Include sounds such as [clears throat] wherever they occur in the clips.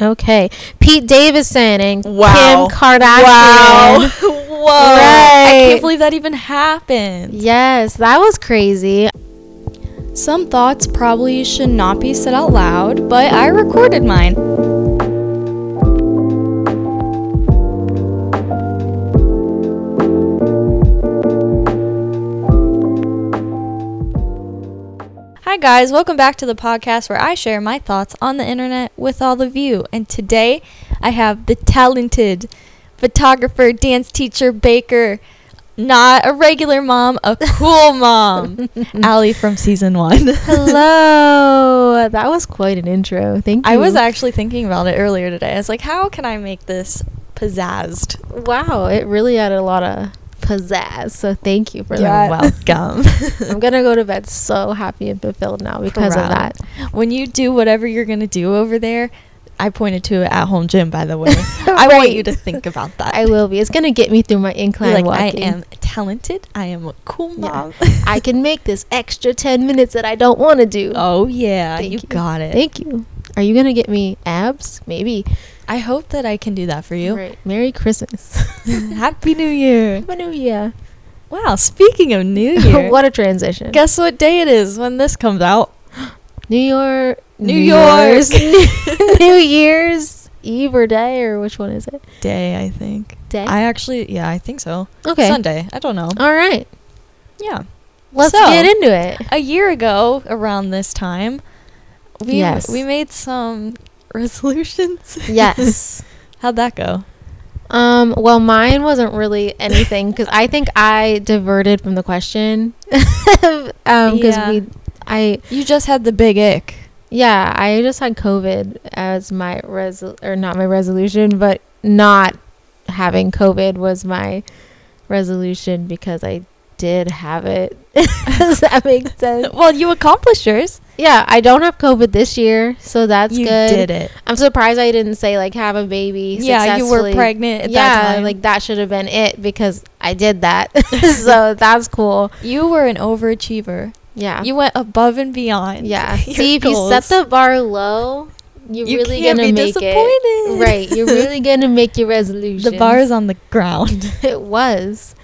Okay. Pete Davidson and Wow. Kim Kardashian. Wow. [laughs] Whoa. Right. I can't believe that even happened. Yes, that was crazy. Some thoughts probably should not be said out loud, but I recorded mine. Hi, guys, welcome back to the podcast where I share my thoughts on the internet with all of you. And today I have the talented photographer, dance teacher, baker, not a regular mom, [laughs] a cool [laughs] mom, Allie from season one. Hello. [laughs] that was quite an intro. Thank you. I was actually thinking about it earlier today. I was like, how can I make this pizzazzed? wow, it really added a lot of pizzazz. So thank you for Yeah. that. [laughs] Welcome. I'm gonna go to bed so happy and fulfilled now because Proud. of that. When you do whatever you're going to do over there, I pointed to at home gym, by the [laughs] way. I want Right. you to think about [laughs] that. I will be. It's gonna get me through my Be incline like, walking. I am talented. I am a cool Yeah. [laughs] mom. I can make this extra ten minutes that I don't want to do. Oh, yeah. Thank you, got it. Thank you. Are you gonna get me abs? Maybe. I hope that I can do that for you. Right. Merry Christmas. [laughs] [laughs] Happy New Year. Happy New [laughs] Year. Wow. Speaking [laughs] of New Year, what a transition. guess what day it is when this comes out? New York. New York. Year's- [laughs] [laughs] New Year's Eve or day or which one is it? Day, I think. Day. I actually, yeah, I think so. okay. Um, Sunday. I don't know. All right. Yeah. Let's So- get into it. A year ago, around this time, we Yes. we made some [laughs] resolutions. Yes. How'd that go? Um, well, mine wasn't really anything because I think I diverted from the question. [laughs] um, because Yeah. we, I, You just had the big ick. yeah, I just had COVID as my res or not my resolution, but not having COVID was my resolution because I did have it. [laughs] Does that make sense? [laughs] Well, you accomplished yours. Yeah, I don't have COVID this year, so that's you good. did it. I'm surprised I didn't say like have a baby. Yeah, you were successfully. pregnant at yeah, that time. like that should have been it because I did that. [laughs] so that's cool. you were an overachiever. Yeah. You went above and [laughs] beyond. yeah. [laughs] your See, if you set goals. the bar low, you're You really can't gonna be make it. disappointed. [laughs] Right. You're really gonna make your resolution. the bar is on the ground. [laughs] it was.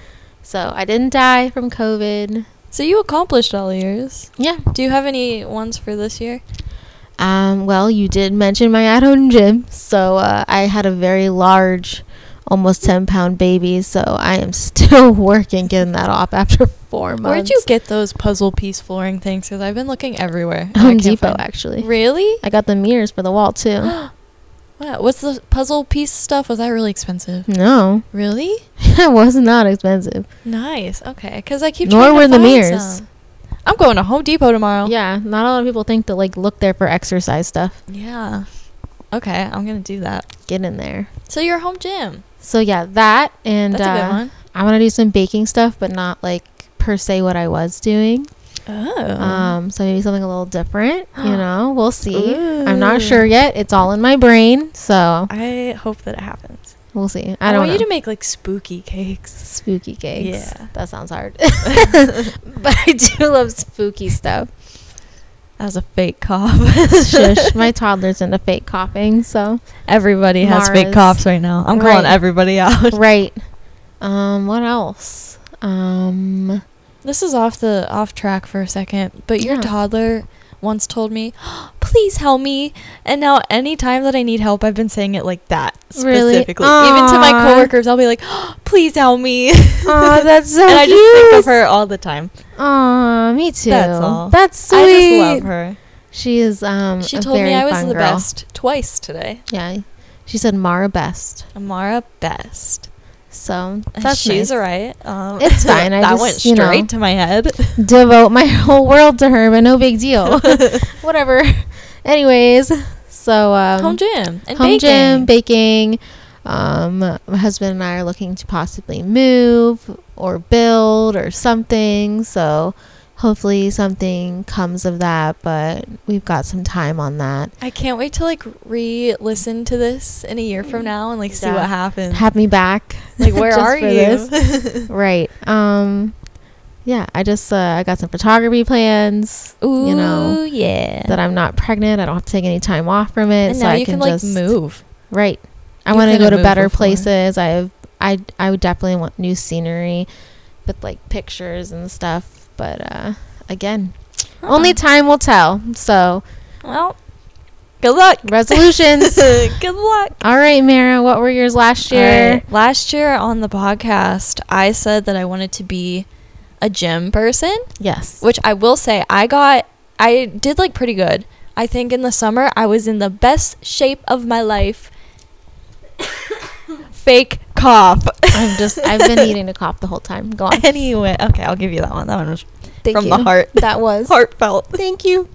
So I didn't die from COVID. so you accomplished all yours. Yeah. Do you have any ones for this year? Um, well, you did mention my at home gym. So uh, I had a very large, almost 10 pound baby. So I am [laughs] still working getting that off after four months. Where'd you get those puzzle piece flooring things? Because I've been looking everywhere. and [laughs] I Home can't Depot, find- actually. Really? I got the mirrors for the wall, too. [gasps] [gasps] Wow, what's the puzzle piece stuff? Was that really expensive? no, [laughs] Really? it was not expensive. Nice. Okay, because I keep. Nor trying to were the find mirrors. some. I'm going to Home Depot tomorrow. Yeah, not a lot of people think to like look there for exercise stuff. Yeah. Okay, I'm gonna do that. Get in there. So your home gym. So yeah, that and That's a good uh, one. I want to do some baking stuff, but not like per se what I was doing. Oh. uh, Um, so maybe something a little different. [gasps] You know, we'll see. I'm not sure yet. It's all in my brain, so I hope that it happens. we'll see. I don't want know. you to make like spooky cakes. spooky cakes. Yeah. that sounds [laughs] hard. [laughs] but I do love spooky stuff. That was a fake [laughs] cough. Shush, my toddler's into fake coughing, so Everybody has fake Mars. coughs right now. I'm calling Right. everybody out. right. Um, what else? Um, This is off the off track for a second, but your Yeah. toddler once told me, [gasps] "Please help me," and now any time that I need help, I've been saying it like that Really? specifically. Even to my Aw. coworkers, I'll be like, [gasps] "Please help me," and oh, [laughs] that's so I cute. just think of her all the time. Aw, me too. That's all. That's sweet. I just love her. She is um. She a told me very I was fun the girl. best twice today. Yeah, she said Mara best. Amara best. So And that's She's nice. right. Um, It's fine. I [laughs] that just, went you know. straight to my [laughs] head. [laughs] devote my whole world to her, but no big deal. [laughs] Whatever. Anyways, so um, home gym and home baking. gym, baking. Um, my husband and I are looking to possibly move or build or something. So hopefully something comes of that, but we've got some time on that. I can't wait to like re-listen to this in a year from now and like see Mm. Yeah. what happens. [laughs] Have me back, Like, where [laughs] just are for you? this. right? Um, yeah, I just uh, I got some photography plans Ooh, You know, yeah. that I'm not pregnant. I don't have to take any time off from it, and so now I you can, just like move. Right. I You want to couldn't go to move better before. places. I have, I I would definitely want new scenery with like pictures and stuff, but uh again, only time will tell. [laughs] So, Uh-huh. well, good luck. resolutions. [laughs] good luck. All right, Mara, what were yours last year? Alright, Last year on the podcast, I said that I wanted to be a gym person, Yes. which I will say I got I did like pretty good. I think in the summer I was in the best shape of my [coughs] life. Fake cough. [laughs] I'm [laughs] just I've been needing to cough the whole time. Go on. anyway, okay, I'll give you that one. That one was Thank from you. the [laughs] heart. That was heartfelt. Thank you.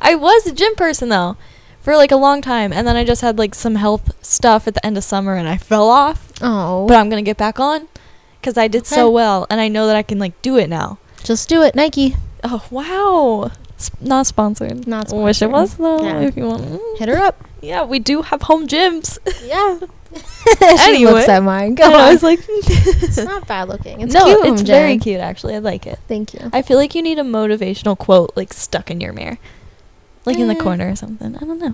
I was a gym person though for like a long time and then I just had like some health stuff at the end of summer and I fell off, Oh. but I'm going to get back on cuz I did so Okay. well and I know that I can like do it now. just do it, Nike. Oh, wow. S- not sponsored. Not Wish sponsored. it was though Yeah. Mm. if you want. Mm. Hit her [laughs] up. Yeah, we do have home gyms. Yeah. she Anyway. looks at [laughs] mine. [laughs] Go and I on. was like it's not bad looking. It's No, cute. it's Umjan. very cute actually. I like it. Thank you. I feel like you need a motivational quote like stuck in your mirror. Like in the Mm. corner or something. I don't know.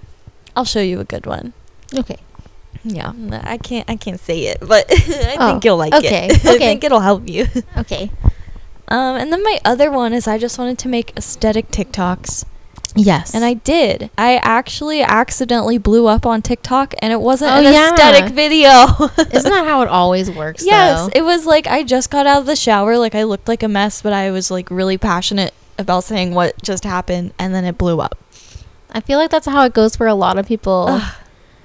I'll show you a good one. Okay. Yeah, no, I can't. I can't say it, but [laughs] I Oh, think you'll like okay, it. [laughs] I okay. think it'll help you. [laughs] Okay. Um, and then my other one is I just wanted to make aesthetic TikToks, Yes. and I did. I actually accidentally blew up on TikTok, and it wasn't Oh, an yeah. aesthetic video. [laughs] Isn't that how it always works? [laughs] yes, though? it was like I just got out of the shower, like I looked like a mess, but I was like really passionate about saying what just happened, and then it blew up. I feel like that's how it goes for a lot of people.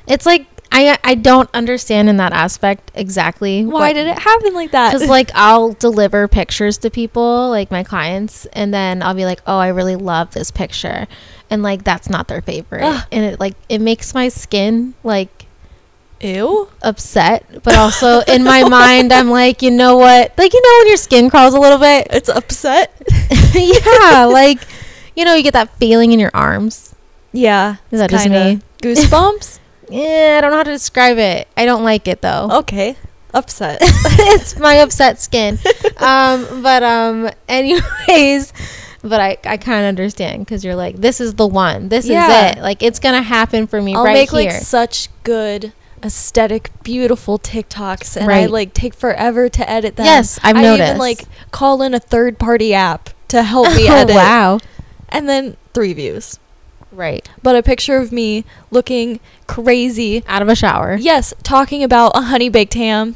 It's like I I don't understand in that aspect exactly. Why did it happen like that? Because like I'll deliver pictures to people, like my clients, and then I'll be like, "Oh, I really love this picture," and like that's not their favorite, Ugh. and it like it makes my skin like [laughs] ew. upset, but also in my [laughs] mind I'm like, you know what? Like you know when your skin crawls a little [laughs] bit, [laughs] It's upset. yeah, like you know you get that feeling in your arms. Yeah, Is that just kinda me? goosebumps. [laughs] Yeah, I don't know how to describe it. I don't like it though. Okay. Upset. [laughs] it's my upset skin. [laughs] Um, but um, anyways, but I I kind of understand because you're like, this is the one. This Yeah. is it. Like it's gonna happen for me I'll right make here. like such good aesthetic beautiful TikToks and I Right. like take forever to edit them. Yes, I've I even noticed. like call in a third party app to [laughs] [laughs] help me Oh, edit. wow. And then 3 views. Right. But a picture of me looking crazy. Out of a shower. Yes, talking about a honey baked ham.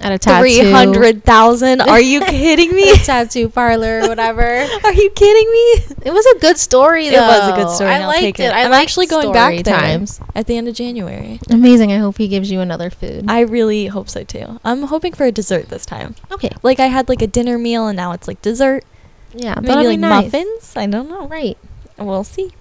At a tattoo. [laughs] 300,000. Are you kidding me? a tattoo parlor, whatever. Are you kidding me? It was a good story though. It was a good story. I and I'll liked take it. I I'm liked actually story going back there times. at the end of January. Amazing. I hope he gives you another food. I really hope so too. I'm hoping for a dessert this time. okay. Like I had like a dinner meal and now it's like dessert. Yeah. Maybe that'll be like nice. muffins. I don't know. Right. We'll see.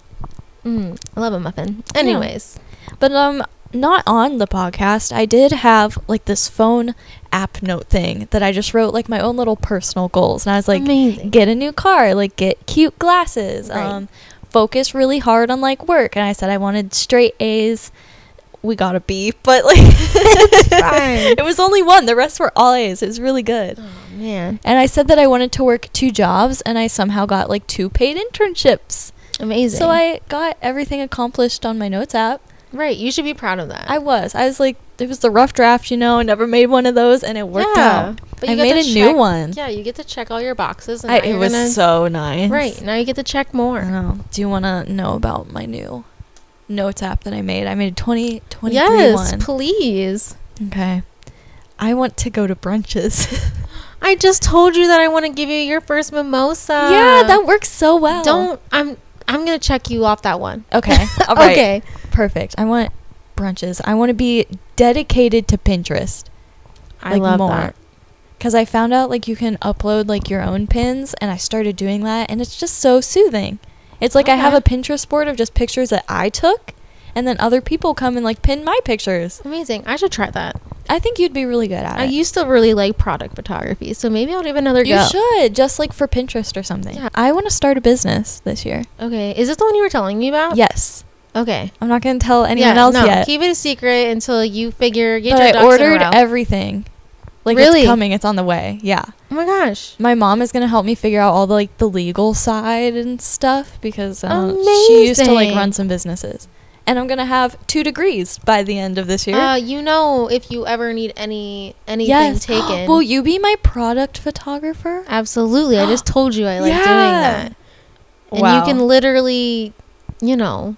Mm, I love a muffin. Anyways. But um not on the podcast. I did have like this phone app note thing that I just wrote like my own little personal goals and I was like Amazing. [laughs] get a new car, like get cute glasses, Right. um focus really hard on like work and I said I wanted straight A's. We got a B, [laughs] but like [laughs] fine. it was only one. The rest were all A's. It was really good. Oh man. And I said that I wanted to work two jobs, and I somehow got like two paid internships. Amazing. So I got everything accomplished on my notes app. Right, you should be proud of that. I was. I was like, it was the rough draft, you know. I never made one of those, and it worked out. But I get made to a new check- one. Yeah, you get to check all your boxes. And I, now it you're was gonna- so Uh, nice. right now you get to check I more. know. Do you want to know about my new notes app that I made? I made a 20, 23 Yes, one. please. okay. I want to go to brunches. [laughs] I just told you that I want to give you your first mimosa. yeah, that works so well. don't. I'm. I'm gonna check you off that one. [laughs] Okay. All right. Okay. Perfect. I want brunches. I want to be dedicated to Pinterest. I love that. Cuz I found out like you can upload like your own pins and I started doing that and it's just so soothing. It's like I have a Okay. Pinterest board of just pictures that I took and then other people come and like pin my pictures. Amazing. I should try that. I think you'd be really good at I it. used to really like product photography, so maybe I'll give it another you go. should just like for Pinterest or something. Yeah. I want to start a business this year. Okay. Is this the one you were telling me about? Yes. Okay. I'm not going to tell anyone Oh. Yeah, else no, yet. Keep it a secret until you figure. Get but your I ducks in a ordered row. everything. Like Really? it's coming, it's on the way. Yeah. Oh my gosh. My mom is gonna help me figure out all the like the legal side and stuff because um, she used to like Amazing. run some businesses, and I'm gonna have two degrees by the end of this year. Uh, you know, if you ever need any anything [gasps] taken, Will you be my product photographer? absolutely. I [gasps] just told you I like doing Yeah. that, and you can literally, you know,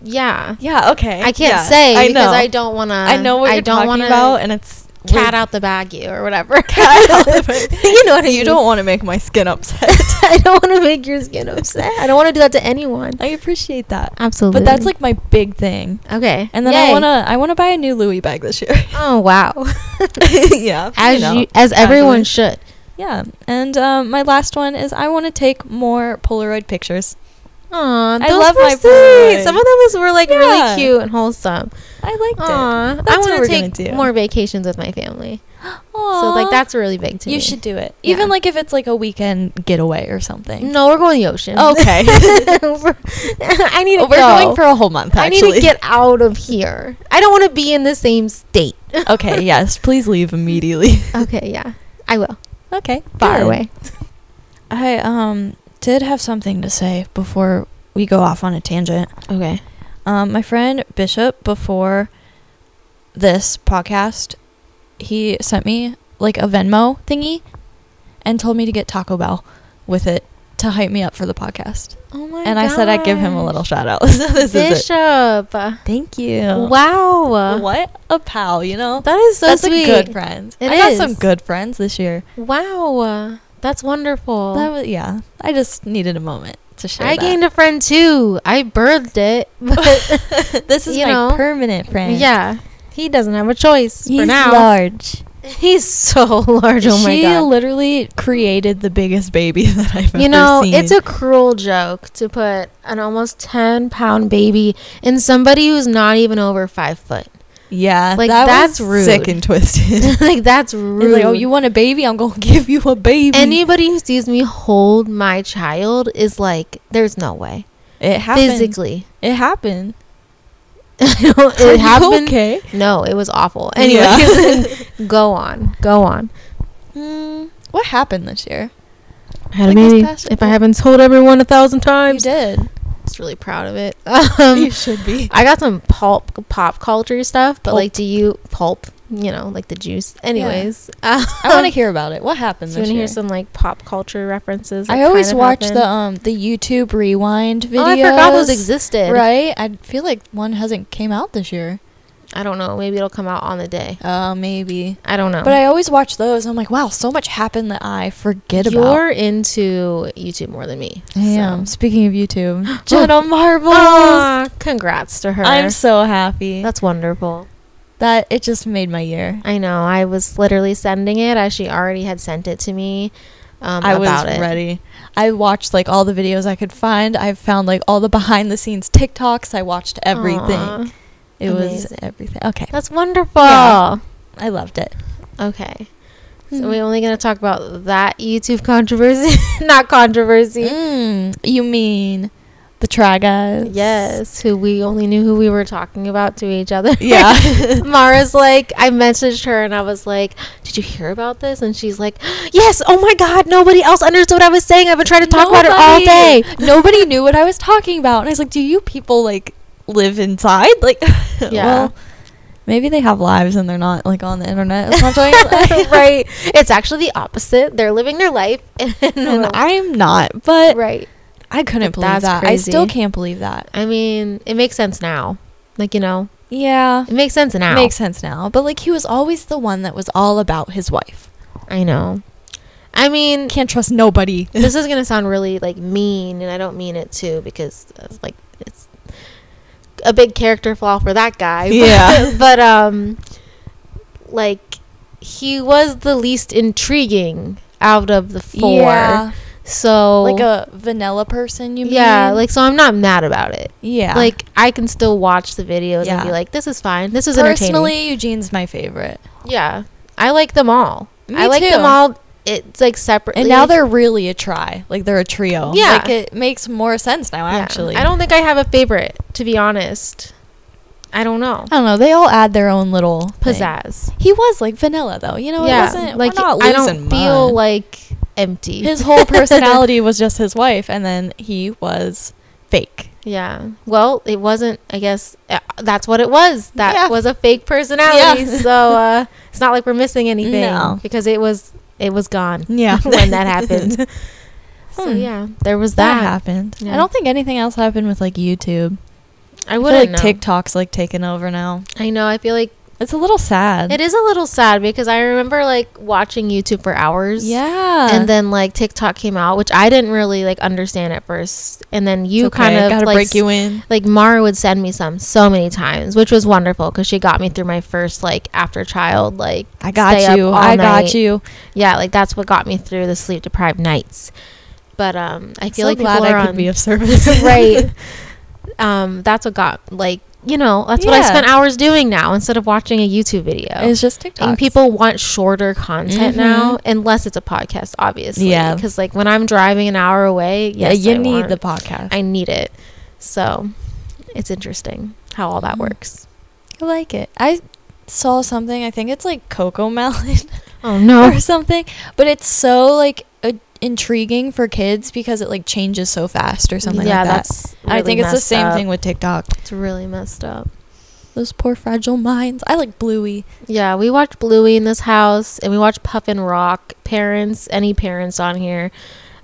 yeah. Yeah. Okay. I can't Yeah, say I because know. I don't want to. I know what I you're don't talking wanna about, and it's Cat out the bag you or whatever. [laughs] Cat out the [laughs] bag. you know what I You mean? don't [laughs] want to make my skin [laughs] upset. [laughs] I don't want to make your skin upset. I don't want to do that to anyone. I appreciate that, Absolutely. but that's like my big thing. okay. And then I Yay. wanna I wanna buy a new Louis bag this year. Oh [laughs] wow. [laughs] yeah. as you know. as everyone Fabulous. should. Yeah. And um, my last one is I want to take more Polaroid pictures. Aw, I those love were my sweet. Polaroid. Some of those were like really Yeah. cute and wholesome. I liked Aw, I That's what want we're to gonna take do. more vacations with my family. it. So like Aw. that's really big to you me. should do it. Yeah. Even like if it's like a weekend getaway or something. No, we're going to the ocean. Oh, [laughs] Okay. [laughs] We're- I need to We're go. going for a whole month I actually. need to get out of here. I don't want to be in the same state. [laughs] [laughs] Okay, yes, please leave immediately. [laughs] Okay, yeah. I will. okay. Far good. away. I um did have something to say before we go off on a tangent. Okay. Um, my friend Bishop, before this podcast, he sent me like a Venmo thingy and told me to get Taco Bell with it to hype me up for the podcast. Oh my and I said I'd give him a little shout out. so [laughs] this is it. Bishop. Thank you. Wow. What a pal, you know? That is so That's sweet. a good friend. It I got is. some good friends this year. Wow. That's wonderful. That was yeah. I just needed a moment to share. Oh. I that. gained a friend too. I birthed it. Oh, But [laughs] this is you my know. permanent friend. yeah. He doesn't have a choice He's for now. large. [laughs] He's so large. Oh my she god. literally created the biggest baby [laughs] that I've ever You know, seen. it's a cruel joke to put an almost ten pound baby in somebody who's not even over five foot. [laughs] yeah, like, that that's was rude. sick and [laughs] twisted. It's like that's rude. like, oh, you want a baby? I'm gonna [laughs] give you a baby. Anybody who sees me hold my child is like, there's no way. it happened. Physically. [laughs] [laughs] It happened. [laughs] Are it you happened. Okay. No, it was awful. Yeah. [laughs] Anyways, [laughs] go on. Go on. Mm, what happened this year? I had Like this past- haven't told everyone a thousand You times, did. I'm just really proud of it. [laughs] Um, you should be. I got some pulp pop culture stuff, but Pulp. like, do you pulp? You know, like the juice. Anyways, [laughs] um, I want to hear about it. What happened Do you want this to year? hear some like pop culture references? that I always kind of watch happened? the um the YouTube Rewind videos. Oh, I forgot those existed. Right? I feel like one hasn't came out this year. I don't know. Maybe it'll come out on the day. Uh, maybe. I don't know. But I always watch those. I'm like, wow, so much happened that I forget about. You're into YouTube more than me. so. Damn. Ah. Speaking of [gasps] YouTube, Jenna Marbles. Aw, congrats to her. I'm so happy That's wonderful. that it just made my year. I know. I was literally sending it as she already had sent it to me. Um, I was about it. ready. I watched like all the videos I could find. I found like all the behind the scenes TikToks. I watched everything. Aw, it was amazing. everything. Okay. that's wonderful. Yeah. Hmm. I loved it. Okay. So we're only going to talk about that YouTube controversy, [laughs] not controversy. Mm, you mean the Try Guys? Yes, who we only knew who we were talking about to each other. [laughs] Yeah. [laughs] Mara's like, I messaged her and I was like, Did you hear about this? And she's like, Yes, oh my God, nobody else understood what I was saying. I've been trying to talk about it all day. Nobody- Nobody knew what I was talking about. And I was like, do you people like live inside? Like, [laughs] Yeah. well, maybe they have lives and they're not like on the internet as much. [laughs] [laughs] as- right. It's actually the opposite. They're living their life. [laughs] And, and I'm not, but right. I couldn't believe That's that. crazy. I still can't believe that. I mean, it makes sense now. Like, you know, Yeah. it makes sense now. Makes sense now. But like, he was always the one that was all about his wife. I know. I [laughs] mean, Can't trust [laughs] nobody. this is gonna sound really like mean, and I don't mean it too because uh, like it's a big character flaw for that guy. [laughs] Yeah. but um, like he was the least intriguing out of the four. Yeah. So Like a vanilla person, you mean? yeah, like so I'm not mad about it. yeah. Like I can still watch the videos Yeah. and be like, this is fine. This is entertaining. personally, Eugene's my favorite. Yeah, I like them all. Me I like them too. all. It's like separately. And now they're really a try. Like they're a trio. Yeah. Like it makes more sense now Yeah. actually. I don't think I have a favorite, to be honest. I don't know. I don't know. They all add their own little thing. Pizzazz. He was like vanilla though. You know, it wasn't like like we're not I losing don't feel much. like empty. his [laughs] whole personality was just his wife, and then he was fake. yeah. Well, it wasn't. I guess uh, that's what it was. That Yeah. was a fake personality. Yeah. So uh, it's not like we're missing anything No. because it was it was gone [laughs] Yeah, [laughs] when that [laughs] happened. so Hmm. yeah, there was that that. happened. Yeah. I don't think anything else happened with like YouTube. I I feel like wouldn't know. TikTok's like taken over now. I know. I feel like It's a little sad. it is a little sad because I remember like watching YouTube for hours. Yeah. and then like TikTok came out, which I didn't really like understand at first, and then you kind of gotta like break you in. like Mara would send me some so many times, which was wonderful because she got me through my first like after child like I got stay you. up all I got night. you. yeah like that's what got me through the sleep deprived nights. But um, I feel so like glad people are I on could be of [laughs] service. right. [laughs] Um, that's what got like you know that's what I Yeah. spend hours doing now instead of watching a YouTube video. It's just TikTok. Oh. And people want shorter content Mhm. now, unless it's a podcast, obviously. Yeah. Because like when I'm driving an hour away, yeah, yes, you I need want- the podcast. I need it. So it's interesting how all that Mhm. works. I like it. I saw something. I think it's like Coco Melon Oh [laughs] or something, but it's so like uh, intriguing for kids because it like changes so fast or something yeah, like that. that's. And I really think it's the messed same up. thing with TikTok. It's really messed up. Those poor fragile minds. I like Bluey. Yeah, we watch Bluey in this house, and we watch Puffin Rock. Parents, any parents on here,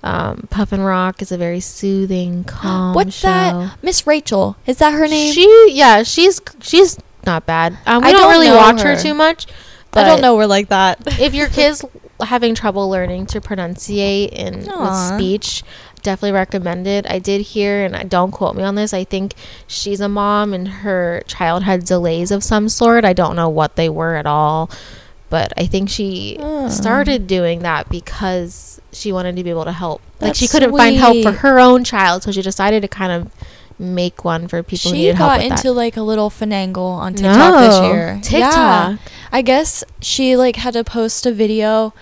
um, Puffin Rock is a very soothing, calm. What's that? show. Miss Rachel. Is that her name? She yeah, she's she's not bad. Um, we I don't, don't really know watch her. her. too much. I But don't know. We're like that. if your kids having trouble learning to pronunciate and with Aw. speech, definitely recommend it. I did hear, and I don't quote me on this. I think she's a mom and her child had delays of some sort. I don't know what they were at all, but I think she Oh. started doing that because she wanted to be able to help. like she That's couldn't find help for sweet. her own child, so she decided to kind of make one for [laughs] people who she needed help got with that. into like a little finagle on TikTok this year. TikTok. I guess she like had to post a video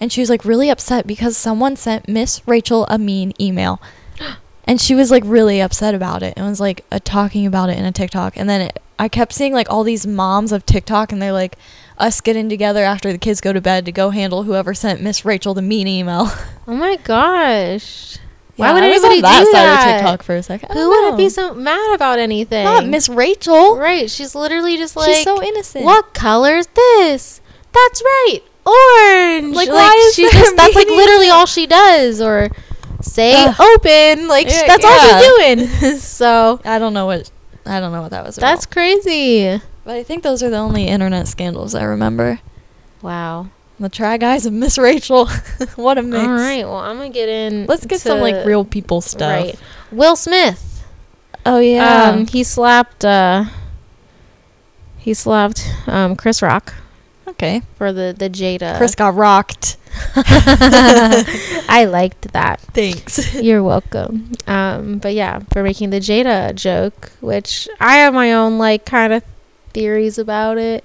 and she was like really upset because someone sent Miss Rachel a mean [gasps] email. And she was like really upset about it and was like uh, talking about it in a TikTok. And then it, I kept seeing like all these moms of TikTok and they're like us getting together after the kids go to bed to go handle whoever sent Miss Rachel the mean email. Oh my gosh. [laughs] Why Yeah, would I was anybody on that do side that? of TikTok for a second? I Who don't wouldn't be know. so mad about anything? Not Miss Rachel. Right. She's literally just like, She's so innocent. what color is this? That's right. Orange. Like, why is she's there just, that's like meaning? literally all she does or say Ugh. open. Like Yeah, that's all yeah. she's doing. [laughs] so I don't know what I don't know what that was. that's That's crazy. but I think those are the only internet scandals I remember. Wow. The Try Guys and Miss Rachel. [laughs] what a mix. All right. Well, I'm gonna get in. Let's get some to- like real people stuff. Right. Will Smith. Oh yeah. Um, he slapped. Uh, he slapped um, Chris Rock okay. for the the Jada. Chris got rocked. [laughs] I liked that. [laughs] Thanks. You're welcome. Um, but yeah, for making the Jada joke, which I have my own like kind of theories about it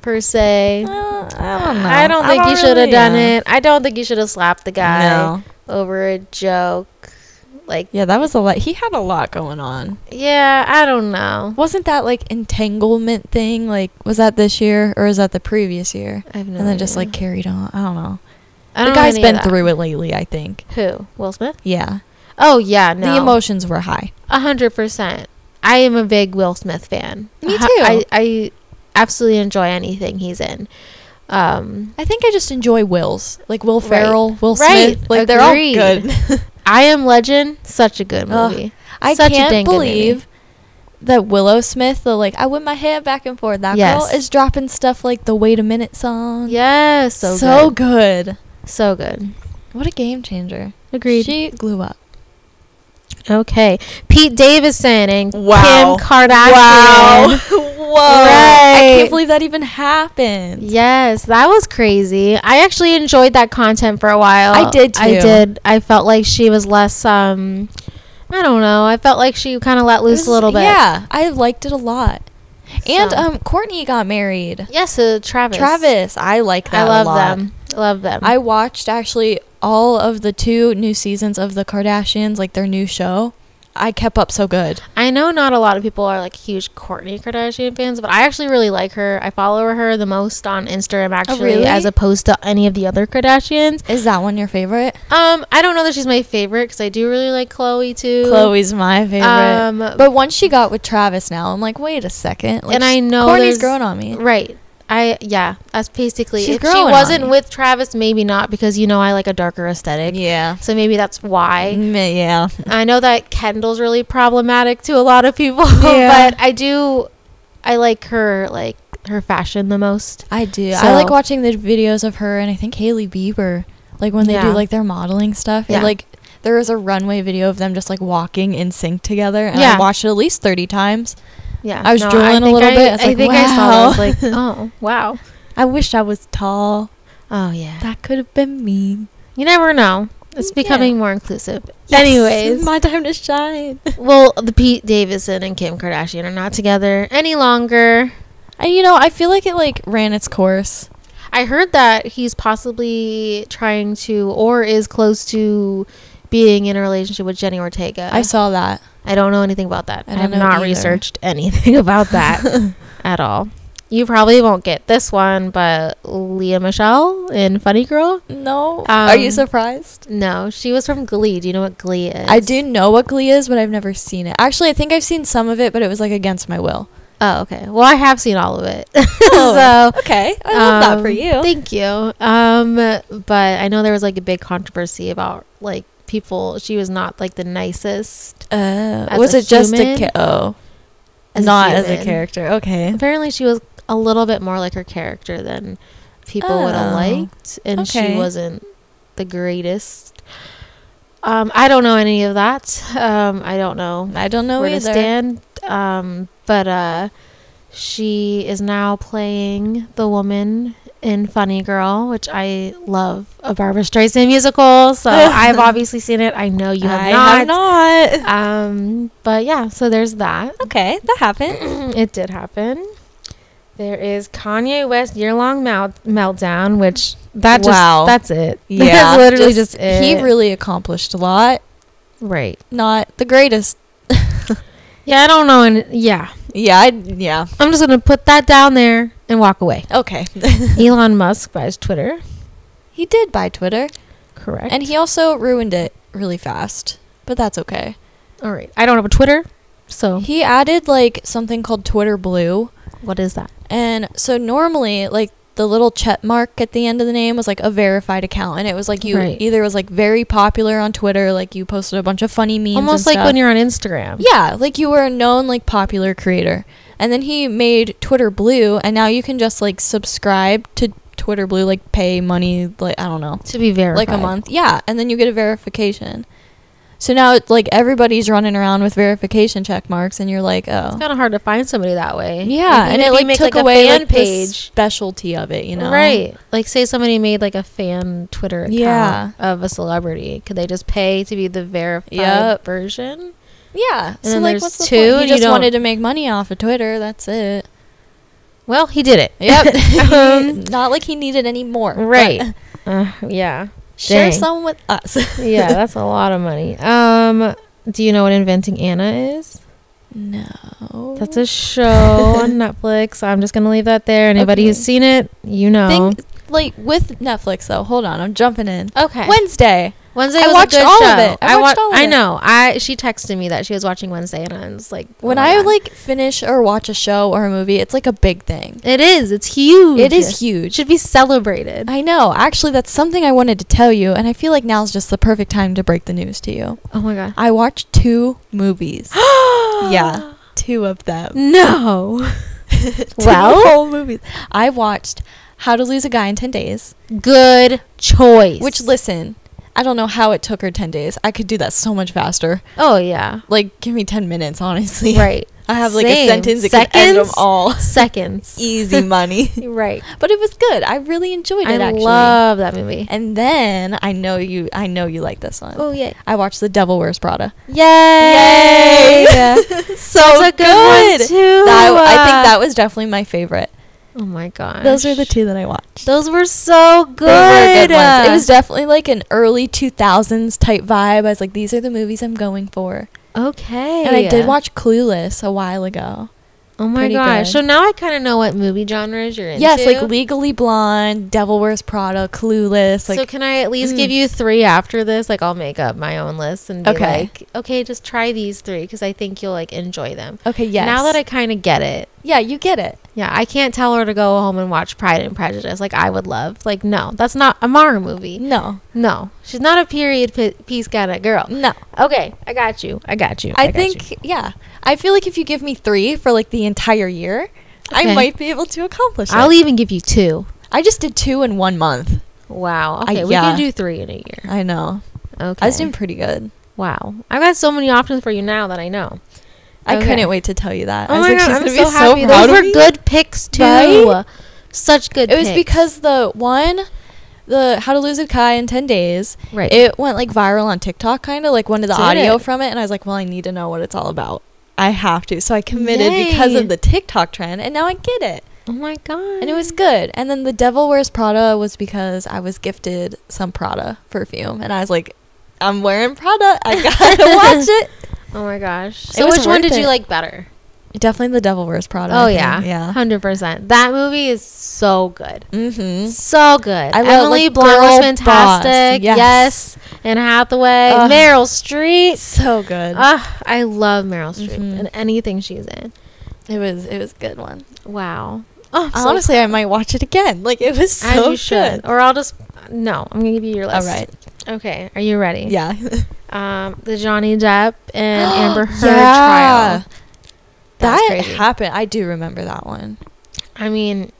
per se. Uh, I don't know. I don't uh, think you should have really- done yeah. it. I don't think you should have slapped the guy No. over a joke. Like, Yeah, that was a lot. He had a lot going on. yeah, I don't know. Wasn't that like entanglement thing? Like, was that this year or is that the previous year? I have no and then just idea. like carried on. I don't know. I the don't know guy's any of been that. through it lately. I think. Who? Will Smith? Yeah. Oh yeah, no. The emotions were high. a hundred percent. I am a big Will Smith fan. Me I- too. I, I absolutely enjoy anything he's in. Um, I think I just enjoy Wills, like Will Right. Ferrell, Will Right. Smith. Like they're all Agreed. good. I Am Legend, such a good Ugh, movie. [laughs] I Such a dang can't good believe that Willow Smith, the like I whip my hair back and forth. That Yes. girl is dropping stuff like the Wait a Minute song. Yes, so Mm. so, so good. good. so good. What a game changer. Agreed. She blew up. okay, Pete Davidson and Wow. Kim Kardashian. Whoa. Right. Oh, I can't believe that even happened. Yes, that was crazy. I actually enjoyed that content for a while. I did I too. did. I felt like she was less um I don't know. I felt like she kind of let It loose was- a little bit. Yeah, I liked it a lot. And So- um, Courtney got married. Yes, uh, Travis. Travis, I like I that. a love lot. them. Love them. I watched actually all of the two new seasons of The Kardashians, like their new show. I kept up so good. I know not a lot of people are like huge Courtney Kardashian fans, but I actually really like her. I follow her the most on Instagram actually Oh, really? as opposed to any of the other Kardashians. Is that one your favorite? Um I don't know that she's my favorite cuz I do really like Chloe too. Chloe's my favorite. Um but once she got with Travis now, I'm like, wait a second. Like, And I know Courtney's there's- growing on me. right. I yeah, that's basically She's if she growing on wasn't me. with Travis maybe not because you know I like a darker aesthetic. Yeah. So maybe that's why. Mm, Yeah. I know that Kendall's really problematic to a lot of people, [laughs] Yeah. but I do I like her like her fashion the most. I do. I like So- watching the videos of her and I think Haley Bieber, like when they do Yeah. like their modeling stuff. It, Yeah. like there was a runway video of them just like walking in sync together, and I Yeah. watched it at least thirty times. Yeah. I was drooling a think little I- bit. I was I like, think I saw that. I was like, "Wow." oh, wow. I wish I was tall. Oh, yeah. That could have been me. You never know. It's Yeah. becoming more inclusive. Yes, [laughs] Anyways, my time to shine. well, the Pete Davidson and Kim Kardashian are not together any longer. And you know, I feel like it like ran its course. I heard that he's possibly trying to or is close to being in a relationship with Jenny Ortega. I saw that. I don't know anything about that. I I, don't have know not either. researched [laughs] anything about [laughs] that at all. You probably won't get this one, but Leah Michelle in Funny Girl. No. Are you Um, surprised? No, she was from Glee. Do you know what Glee is? I do know what Glee is, but I've never seen it. Actually, I think I've seen some of it, but it was like against my will. Oh, okay. Well, I have seen all of it. [laughs] Oh, so okay. I love that for um, you. Thank you. Um, but I know there was like a big controversy about like people. She was not like the nicest. Uh, as was a it just a human? ca- oh, As a not as a human. character? Okay. Apparently, she was a little bit more like her character than people would have Oh, liked, and okay. she wasn't the greatest. Um, I don't know any of that. Um, I don't know I don't know where to either. stand. Um, but uh, she is now playing the woman in Funny Girl, which I love a Barbara Streisand musical. [laughs] So I've obviously seen it. I know you have I not. have not. Um, but yeah, so there's that. Okay, that happened. [clears throat] it did happen. There is Kanye West year-long melt- meltdown, which that just Wow. [laughs] that's it. [laughs] Yeah, that's literally just, it. he really accomplished a lot. right. Not the greatest. Yeah, I don't know, and yeah, Yeah, I, yeah. I'm just gonna put that down there and walk away. Okay, [laughs] [laughs] Elon Musk buys Twitter, he did buy Twitter, correct? and he also ruined it really fast. But that's okay. All right, I don't have a Twitter, so He added like something called Twitter Blue, what is that? And so normally, like the little check mark at the end of the name was like a verified account, and it was like you Right. either was like very popular on Twitter, like you posted a bunch of funny memes, Almost like when you're on Instagram. yeah, like you were a known like popular creator. And then he made Twitter Blue, and now you can just like subscribe to Twitter Blue, like pay money, like I don't know, to be verified, like a month, yeah, and then you get a verification. So now it's like everybody's running around with verification check marks, and you're like, oh, It's kind of hard to find somebody that way. yeah, Even if and it you like make, took a away fan like page. page. the specialty of it, you know? Right. Like, say somebody made like a fan Twitter account Yeah. of a celebrity. Could they just pay to be the verified Yep. version? Yeah. so then like, there's what's the two, point? You and you just don't- wanted to make money off of Twitter. That's [laughs] it. Well, he did it. [laughs] Yep. Um, [laughs] Not like he needed any more. but [laughs] right. Uh, yeah. Share Dang. some with us. [laughs] Yeah, [laughs] that's a lot of money. Um, do you know what Inventing Anna is? no. That's a show [laughs] on Netflix. I'm just gonna leave that there. Anybody who's Okay. seen it, you know. thing. Like with Netflix though. Hold on, I'm jumping in. okay. Wednesday. Wednesday I was watched a good all show. of it. I watched wa- all of I it. know. I she texted me that she was watching Wednesday, and I was like, When oh my I God. like finish or watch a show or a movie, it's like a big thing. it is. It's huge. It is huge. It should be celebrated. I know. Actually, that's something I wanted to tell you, and I feel like now's just the perfect time to break the news to you. oh my god. I watched two movies. [gasps] [gasps] yeah, two of them. No. Two Well? whole movies. I watched How to Lose a Guy in 10 Days, Good choice. which listen, I don't know how it took her 10 days. I could do that so much faster. Oh [laughs] yeah. Like give me 10 minutes, honestly. Right. [laughs] I have like a Same. sentence it can end them Seconds? [laughs] all. [laughs] Seconds. Easy [laughs] money. right. but it was good. I really enjoyed I it actually. love that movie. and then I know you I know you like this one. Oh yeah. I watched The Devil Wears Prada. [laughs] Yay! [laughs] so That's a good, good. one too. Uh, That- I think that was definitely my favorite. Oh my god. Those are the two that I watched. Those were so good. They were good uh, ones. It was definitely like an early 2000s type vibe. I was like, these are the movies I'm going for. Okay. And I did watch Clueless a while ago. Oh my pretty gosh. good. So now I kind of know what movie genres you're into. Yes, like Legally Blonde, Devil Wears Prada, Clueless. Like, so can I at least Mm. give you three after this? Like I'll make up my own list and be Okay. like, okay, just try these three because I think you'll like enjoy them. okay, yes. Now that I kind of get it, yeah, you get it. yeah, I can't tell her to go home and watch Pride and Prejudice like I would love. Like no, that's not a Mara movie. No, No, she's not a period pi- piece kind of girl. no. Okay, I got you. I got you. I, got you. think yeah. I feel like if you give me three for like the entire year, Okay. I might be able to accomplish I'll e it. even give you two. I just did two in one month. Wow. I- Okay, we can yeah. do three in a year. I know. Okay. I was doing pretty good. wow. I've got so many options for you now that I know. I Okay. couldn't wait to tell you that. Oh I was my like, god, she's I'm gonna so be happy. so proud Those of were me. good picks too. Right? Such good. It was picks. because the one, the How to Lose a Guy in Ten Days, right. it went like viral on TikTok, kind of like one of the Did audio it? from it, and I was like, well, I need to know what it's all about. I have to, so I committed because Yay. of the TikTok trend, and now I get it. oh my god. and it was good. And then the Devil Wears Prada was because I was gifted some Prada perfume, and I was like, I'm wearing Prada. [laughs] I gotta watch it. Oh my gosh. So was which one worth did you it. like better? Definitely the Devil Wears Prada. oh I think. yeah, yeah. hundred percent. That movie is so good. Mm-hmm. So good. I love, Emily like, Blunt was girl fantastic. boss. Yes. Yes. And Hathaway. Ugh. Meryl Streep. So good. Ugh, I love Meryl Streep Mhm. and anything she's in. it was. It was a good one. Wow. Oh, I'm so Honestly, I might watch it again. [laughs] Like it was And so you should. Oh, good. Or I'll just no. I'm gonna give you your All list. right. Okay. Are you ready? Yeah. Um, the Johnny Depp [gasps] [gasps] and Amber Heard trial. That's That crazy. happened. I do remember that one. I mean,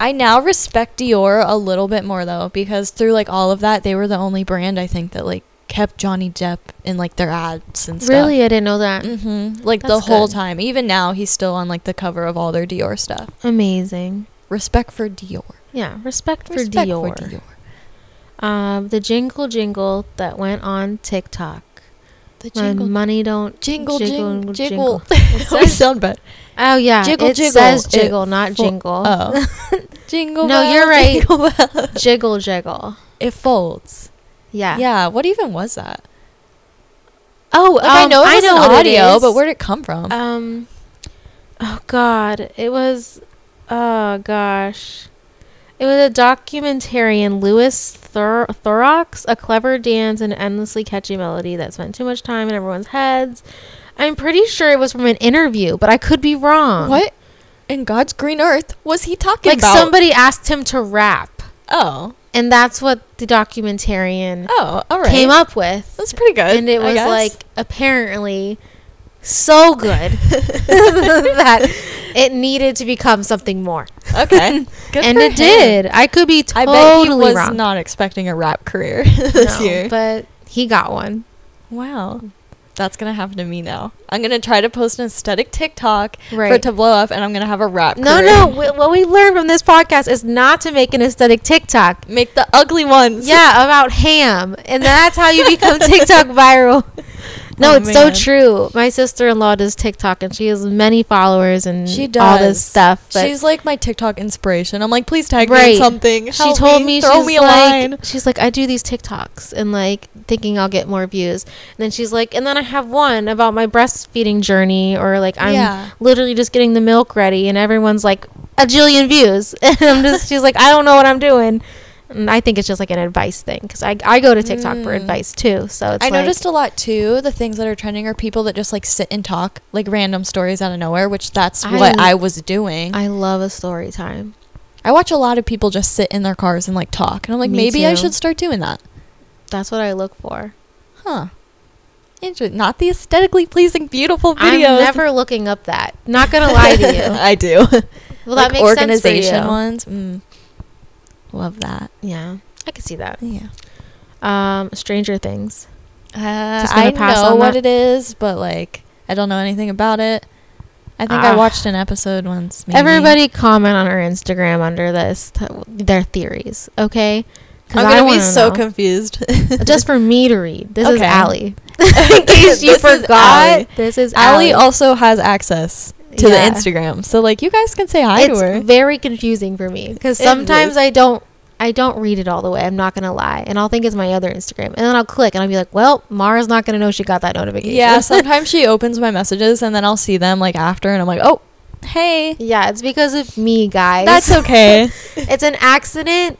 I now respect Dior a little bit more though because through like all of that they were the only brand I think that like kept Johnny Depp in like their ads and stuff. really, I didn't know that. Mhm. Like the That's whole good. time. Even now he's still on like the cover of all their Dior stuff. Amazing. Respect for Dior. Yeah, respect for Respect Dior. for Dior. Um, the jingle jingle that went on TikTok. The When jingle money don't jingle jingle jingle. [laughs] It we says- sound bad. oh yeah, Jiggle, it jiggle. says It jiggle, not fo- jingle. Oh. [laughs] jingle. No, bell, you're right. jingle bell. Jiggle jiggle. [laughs] it folds. Yeah. Yeah, what even was that? Oh, Like I um, know it was an what it audio, is. but where did it come from? um oh god it was oh gosh it was a documentarian louis Thor- thorax a clever dance and endlessly catchy melody that spent too much time in everyone's heads i'm pretty sure it was from an interview but i could be wrong What Um, in God's green earth was he talking like about? somebody asked him to rap oh, and that's what the documentarian oh, all right. came up with That's pretty good. and it I was guess. like apparently so good [laughs] that [laughs] it needed to become something more, [laughs] [laughs] okay, good and for it him. did. I could be I totally bet he was wrong. not expecting a rap career [laughs] this No, year. but he got one. wow, that's gonna happen to me now. I'm gonna try to post an aesthetic TikTok for Right. it to blow up, and I'm gonna have a rap. No, career. no. wh- What we learned from this podcast is not to make an aesthetic TikTok. make the ugly ones. [laughs] Yeah, about ham, and that's how you become TikTok viral. No, Oh, it's so man. true. My sister-in-law does TikTok, and she has many followers and She all this does. stuff. But She's like my TikTok inspiration. I'm like, please tag me Right. in something. Help she told me, throw she's me a like, line. she's like, I do these TikToks and like thinking I'll get more views. And then she's like, and then I have one about my breastfeeding journey or like I'm Yeah. literally just getting the milk ready and everyone's like a jillion views. [laughs] And I'm just, she's like, I don't know what I'm doing. And I think it's just like an advice thing because I, I go to TikTok for Mm. advice too. So it's I like, noticed a lot too. The things that are trending are people that just like sit and talk, like random stories out of nowhere, which that's I what l- I was doing. I, I love a story time. watch a lot of people just sit in their cars and like talk, and I'm like, Me maybe I too. should start doing that. That's what I look for. Huh? Interesting. Not the aesthetically pleasing, beautiful I'm videos. [laughs] never looking up that. Not gonna lie to you. I do. [laughs] Well, that Like makes organization sense for you. ones. Mm. Love that. Yeah, I could see that. Yeah. Um, Stranger Things. Uh, Just gonna I pass know on what that? it is, but like I don't know anything about it. I think I Ah. watched an episode once. maybe. Everybody comment on our Instagram under this th- their theories, okay? 'Cause I'm I gonna be wanna so know. [laughs] confused. Just for me to read. This is Okay. [laughs] Allie. [laughs] In case you This is forgot, Allie. this is Allie. Allie also has access to Yeah. the Instagram, so like you guys can say hi to her. It's very confusing for me because It sometimes is. I don't I don't read it all the way. I'm not gonna lie, and I'll think it's my other Instagram, and then I'll click, and I'll be like, "Well, Mara's not gonna know she got that notification." [laughs] [laughs] Yeah, sometimes she opens my messages and then I'll see them like after and I'm like, oh, hey. yeah, it's because of me, guys. [laughs] That's [laughs] okay. it's an accident,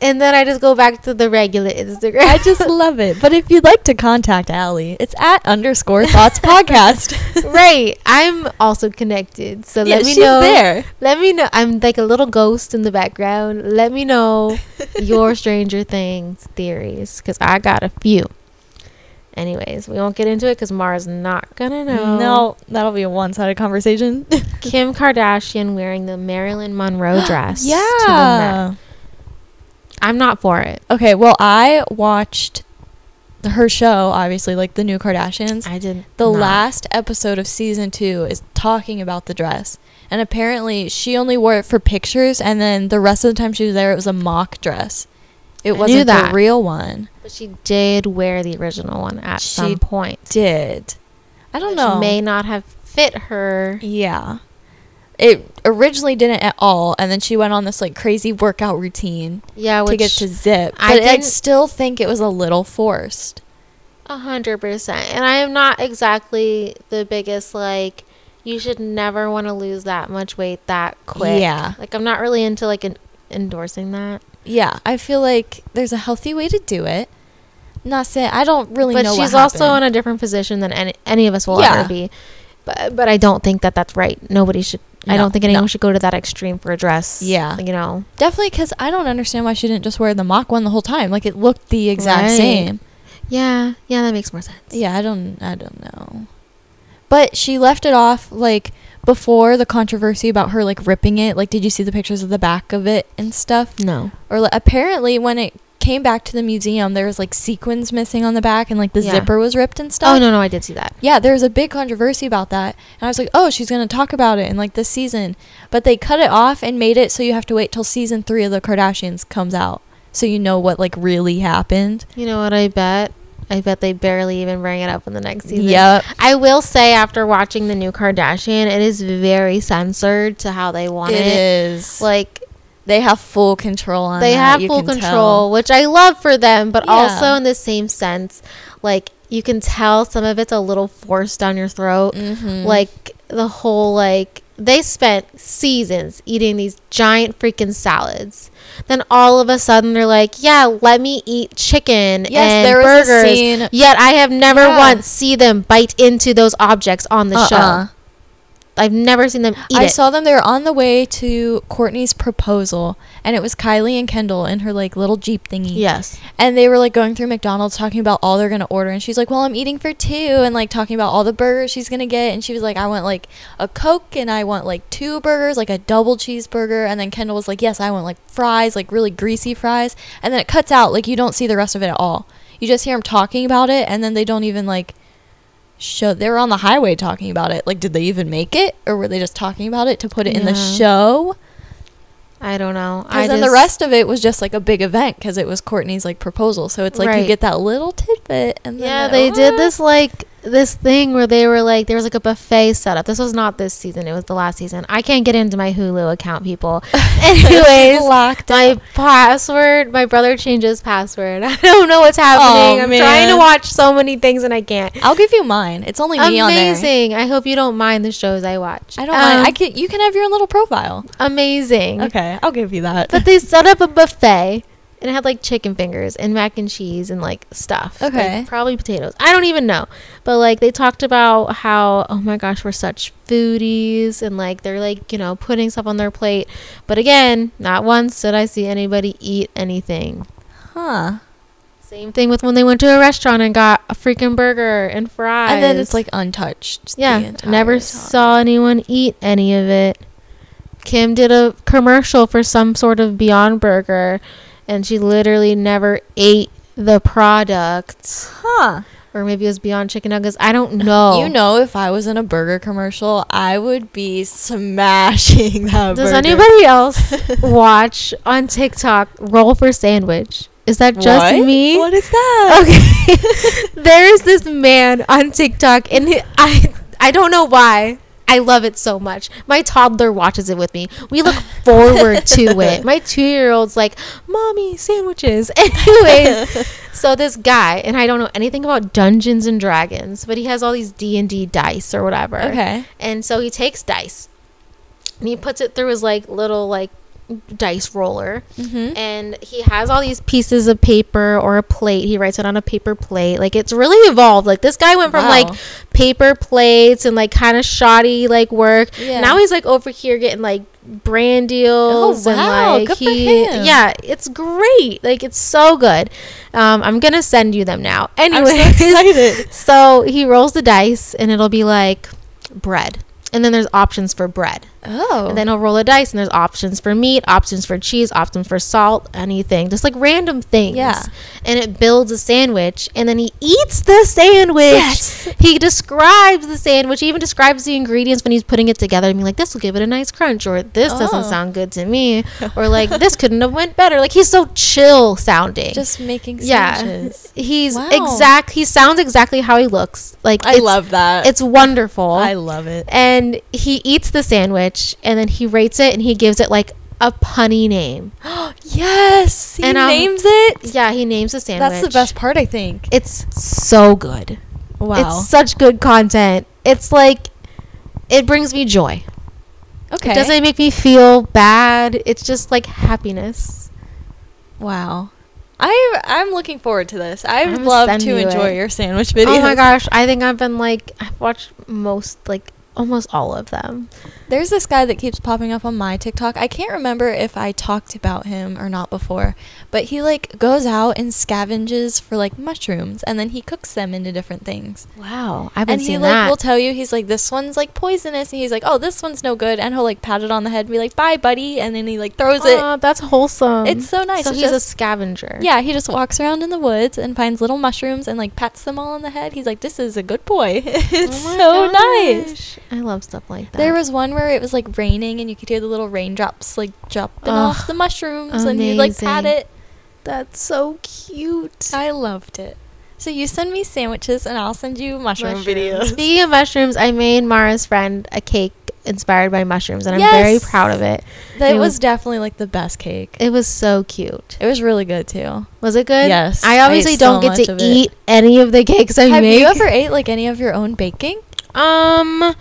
and then I just go back to the regular Instagram. [laughs] I just love it. But if you'd like to contact Allie, it's at underscore [laughs] thoughts podcast. [laughs] right, I'm also connected, so Yeah, let me she's know. there. Let me know. I'm like a little ghost in the background. Let me [laughs] know your Stranger Things theories because I got a few. Anyways, we won't get into it because Mara's not gonna know. No, that'll be a one sided conversation. Kim Kardashian wearing the Marilyn [gasps] Monroe dress. to the Met. [laughs] yeah. I'm not for it. Okay, well, I watched the- her show, obviously, like the new Kardashians. I did The not. last episode of season two is talking about the dress. And apparently, she only wore it for pictures, and then the rest of the time she was there, it was a mock dress. It knew wasn't the that. real one. But she did wear the original one at She some point. Did. I don't which know. May not have fit her. Yeah. It originally didn't at all, and then she went on this like crazy workout routine Yeah, to which get to zip. I But I, didn't- still think it was a little forced. A hundred percent. And I am not exactly the biggest like you should never want to lose that much weight that quick. Yeah. Like I'm not really into like en- endorsing that. Yeah, I feel like there's a healthy way to do it. Not saying I don't really but know. she's what also in happened. a different position than any any of us will Yeah. ever be. But but I don't think that that's right. Nobody should. I No, don't think no. anyone should go to that extreme for a dress. Yeah. You know. definitely because I don't understand why she didn't just wear the mock one the whole time. Like it looked the exact Right. same. Yeah. Yeah, that makes more sense. Yeah, I don't I don't know. But she left it off like before the controversy about her like ripping it. Like did you see the pictures of the back of it and stuff? No. Or like, apparently when it came back to the museum there was like sequins missing on the back and like the Yeah. zipper was ripped and stuff. Oh no no I did see that. Yeah, there was a big controversy about that. And I was like, "Oh, she's going to talk about it in like this season." But they cut it off and made it so you have to wait till season 3 of the Kardashians comes out so you know what like really happened. You know what I bet? I bet they barely even bring it up in the next season. Yep. I will say, after watching the new Kardashian, it is very censored to how they want it. It is. Like They have full control on they that, have you full can control, tell. which I love for them, but Yeah. also in the same sense, like you can tell some of it's a little forced down your throat. Mm-hmm. Like the whole like they spent seasons eating these giant freaking salads. Then all of a sudden they're like, "Yeah, let me eat chicken Yes, and there was a burgers." scene- Yet I have never Yeah. once see them bite into those objects on the Uh-uh. show. I've never seen them eat I it. saw them they were on the way to Courtney's proposal and it was Kylie and Kendall in her like little Jeep thingy. yes. And they were like going through McDonald's talking about all they're gonna order and she's like, Well, I'm eating for two and like talking about all the burgers she's gonna get and she was like, I want like a Coke and I want like two burgers, like a double cheeseburger and then Kendall was like, Yes, I want like fries, like really greasy fries and then it cuts out, like you don't see the rest of it at all. You just hear them talking about it and then they don't even like show they were on the highway talking about it. Like did they even make it or were they just talking about it to put it in the Yeah. show? I don't know. I Because then the just- rest of it was just like a big event because it was Courtney's like proposal. So it's like you Right. get that little tidbit and then Yeah, it- they did Ah. [laughs] this like this thing where they were like there was like a buffet setup. This was not this season; it was the last season. I can't get into my Hulu account, [laughs] people. Anyways, Locked my password. My brother changed his password. [laughs] I don't know what's happening. Oh, I'm trying to man. watch so many things and I can't. I'll give you mine. It's only me on there. Amazing. I hope you don't mind the shows I watch. I don't Um, mind. I can. You can have your own little profile. amazing. Okay, I'll give you that. But they set up a buffet and it had like chicken fingers and mac and cheese and like stuff. Like, Okay. probably potatoes. I don't even know. But like they talked about how, oh my gosh, we're such foodies and like they're like, you know, putting stuff on their plate. But again, not once did I see anybody eat anything. huh? Same thing with when they went to a restaurant and got a freaking burger and fries. And then it's like untouched. the yeah, entire never time. saw anyone eat any of it. Kim did a commercial for some sort of Beyond Burger, and she literally never ate the product, Huh? or maybe it was Beyond Chicken Nuggets. I don't know. [laughs] You know, if I was in a burger commercial, I would be smashing that. Does burger. anybody else [laughs] watch on TikTok Roll for Sandwich? Is that just What? me? What is that? Okay. [laughs] there is this man on TikTok, and he, I I don't know why. I love it so much. My toddler watches it with me. We look forward to it. My two year old's like, Mommy, sandwiches. [laughs] [laughs] Anyways, so this guy, and I don't know anything about Dungeons and Dragons, but he has all these D and D dice or whatever. Okay. And so he takes dice and he puts it through his like little like dice roller Mm-hmm. and he has all these pieces of paper or a plate. He writes it on a paper plate. Like it's really evolved. Like this guy went from like Wow. paper plates and like kind of shoddy like work. Yeah. Now he's like over here getting like brand deals Oh, wow. and like Good for he him. yeah, it's great. Like it's so good. Um, I'm gonna send you them now. I'm so Anyway, [laughs] excited. so he rolls the dice and it'll be like bread. And then there's options for bread. [laughs] Oh. And then he'll roll a dice, and there's options for meat, options for cheese, options for salt, anything, just like random things. Yeah. And it builds a sandwich, and then he eats the sandwich. Yes. He describes the sandwich. He even describes the ingredients when he's putting it together. I mean, like this will give it a nice crunch, or this doesn't Oh. sound good to [laughs] me, or like this couldn't have went better. Like he's so chill sounding. just making yeah. sandwiches. He's Wow. exact. He sounds exactly how he looks. Like I it's- love that. It's wonderful I love it. and he eats the sandwich and then he rates it and he gives it like a punny name. [gasps] yes. He And, um, names it. Yeah, he names the sandwich. That's the best part, I think. It's so good. Wow. It's such good content. It's like it brings me joy. okay. It doesn't make me feel bad. It's just like happiness. wow. I I'm looking forward to this. I I'm would gonna love send to you enjoy it. your sandwich videos. Oh my gosh, I think I've been like I've watched most like almost all of them. There's this guy that keeps popping up on my TikTok. I can't remember if I talked about him or not before, but he like goes out and scavenges for like mushrooms and then he cooks them into different things. Wow, I haven't And he seen like that. will tell you he's like this one's like poisonous and he's like oh this one's no good and he'll like pat it on the head and be like bye buddy and then he like throws Aw, that's wholesome. It's Um, so nice. So It's he's a just- scavenger. it. Yeah, he just walks around in the woods and finds little mushrooms and like pats them all on the head. He's like this is a good boy. [laughs] it's Oh my so nice. gosh. I love stuff like that. There was one where it was like raining and you could hear the little raindrops like dropping off Ugh, the mushrooms and you'd like pat amazing. it. That's so cute. I loved it. So you send me sandwiches and I'll send you mushroom [laughs] videos. Speaking of mushrooms, I made Mara's friend a cake inspired by mushrooms, and I'm very Yes. proud of it. That It was was- definitely like the best cake. It was so cute. It was really good too. Was it good? Yes, I I obviously ate so don't much get to of it. eat any of the cakes I Have make. you ever ate like any of your own baking? Um,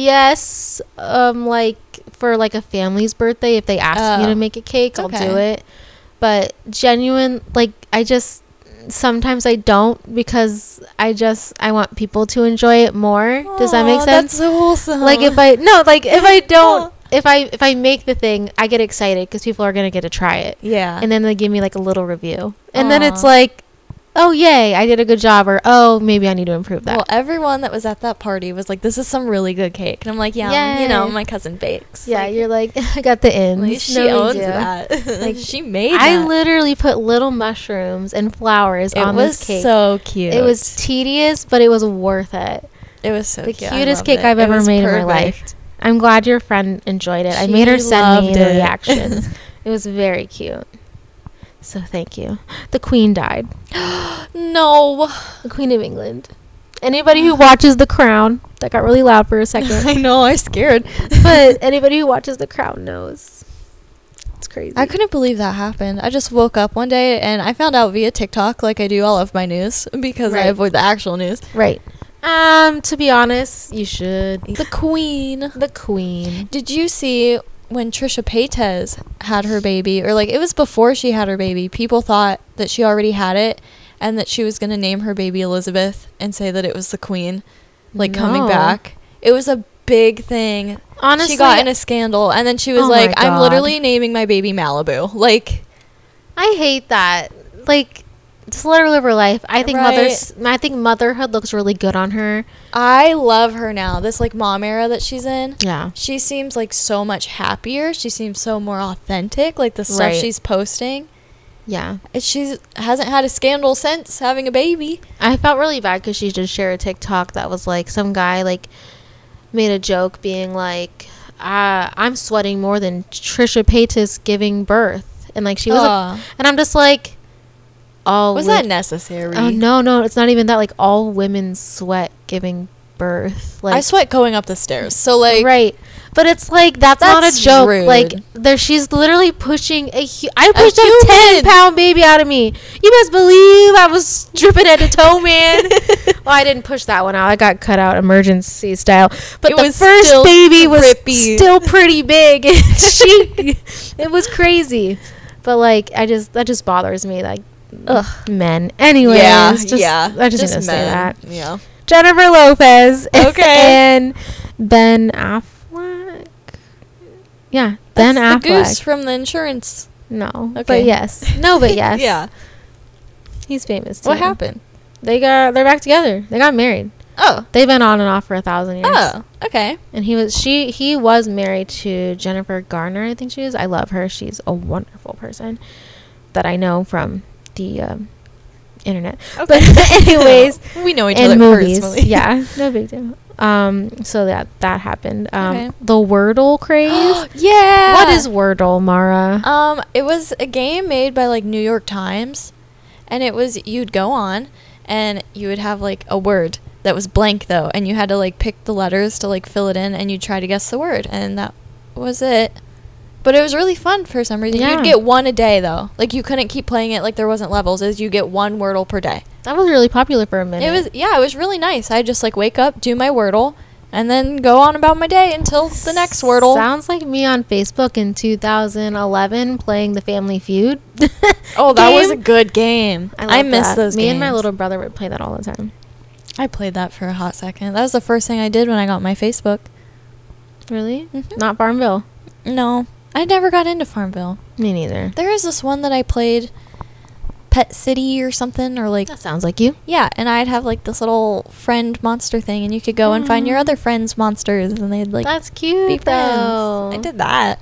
yes. Um, like for like a family's birthday, if they ask me Oh. to make a cake, I'll do Okay. it. But genuine, like I just sometimes I don't because I just I want people to enjoy it more. Does that make Aw, sense? That's so wholesome. like if I no, like if [laughs] I don't, if I if I make the thing, I get excited because people are gonna get to try it, yeah, and then they give me like a little review, and then it's Aw. like, oh yay, I did a good job, or oh maybe I need to improve that. well, everyone that was at that party was like, "This is some really good cake," and I'm like, "Yeah, you know, Yay. my cousin bakes." yeah, like, you're like [laughs] I got the ends. like, she No owns big deal. that. [laughs] like Like, she made. I that. literally put little mushrooms and flowers It on was this cake. so cute. it was tedious, but it was worth it. It was so the cute. I cutest loved cake it. I've It ever was made in my life. perfect. I'm glad your friend enjoyed it. I made her She send me loved the it. [laughs] reactions. it was very cute. So thank you. The Queen died. No, [laughs] The Queen of England. Anybody who watches The Crown, that got really loud for a second, [laughs] I know. I'm scared. but anybody who watches The Crown knows. It's crazy. I couldn't believe that happened. I just woke up one day and I found out via TikTok, like I do all of my news, because I Right. avoid the actual news. Right. Um, to be honest, you should. The Queen. The Queen. Did you see when Trisha Paytas had her baby, or like it was before she had her baby? People thought that she already had it and that she was going to name her baby Elizabeth and say that it was the Queen, like coming No. back. It was a big thing. Honestly, she got in a scandal and then she was Oh my like i'm God. literally naming my baby malibu like I hate that. Like, just let her live her life. I think Right. mother's. I think motherhood looks really good on her. i love her now this like mom era that she's in Yeah. she seems like so much happier she seems so more authentic like the stuff Right. she's posting Yeah. she hasn't had a scandal since having a baby I felt really bad because she did share a TikTok that was like some guy like made a joke being like, uh, "I'm sweating more than Trisha Paytas giving birth," and like she was, Aw. a, and I'm just like, "Oh, was wi- that necessary Oh no, no, it's not even that. Like all women sweat giving birth. I Like sweat going up the stairs. So like right. But it's like that's, not That's a joke. rude. Like there, she's literally pushing a. Hu- I pushed a, human. ten pound baby out of me. You best believe I was dripping head to toe, [laughs] man. well, I didn't push that one out. I got cut out emergency style. But It the was still first baby was grippy. still pretty [laughs] big. [laughs] And she, it was crazy. But like, I just that just bothers me. Like, ugh, men. Anyways, yeah, just, yeah. I just, need to say men. that. Yeah. Jennifer Lopez. [laughs] Okay. and Ben Affleck. Yeah, Ben That's the Affleck. goose from the insurance. No, Okay. but [laughs] yes. No, but yes. yeah. he's famous. Too. What happened? They got they're back together. They got married. Oh. They've been on and off for a thousand years. Oh. Okay. And he was she he was married to Jennifer Garner, I think she is. I love her. She's a wonderful person that I know from the um, internet. Okay. But [laughs] anyways, [laughs] we know each and other movies. [laughs] personally. Yeah, no big deal. Um, so that that happened. Um, Okay. the Wordle [gasps] craze. [gasps] yeah. What is Wordle, Mara? Um, it was a game made by like New York Times, and it was you'd go on, and you would have like a word that was blank though, and you had to like pick the letters to like fill it in, and you would try to guess the word, and that was it. But it was really fun for some reason. Yeah. You'd get one a day though. Like you couldn't keep playing it. Like there wasn't levels. Is you get one Wordle per day. That was really popular for a minute. It was yeah. It was really nice. I just like wake up, do my Wordle, and then go on about my day until the next Wordle. Sounds like me on Facebook in 2011 playing the Family [laughs] Feud. oh, that was a game. good game. I, love miss that. those. Me and my games. little brother would play that all the time. I played that for a hot second. That was the first thing I did when I got my Facebook. Really? Mhm. Not Farmville. No, I never got into Farmville. Me neither. There is this one that I played, Pet City or something, or like, That sounds like you. yeah, and I'd have like this little friend monster thing, and you could go and find your Mm. other friends' monsters, and they'd like That's cute. be friends. though. I did that.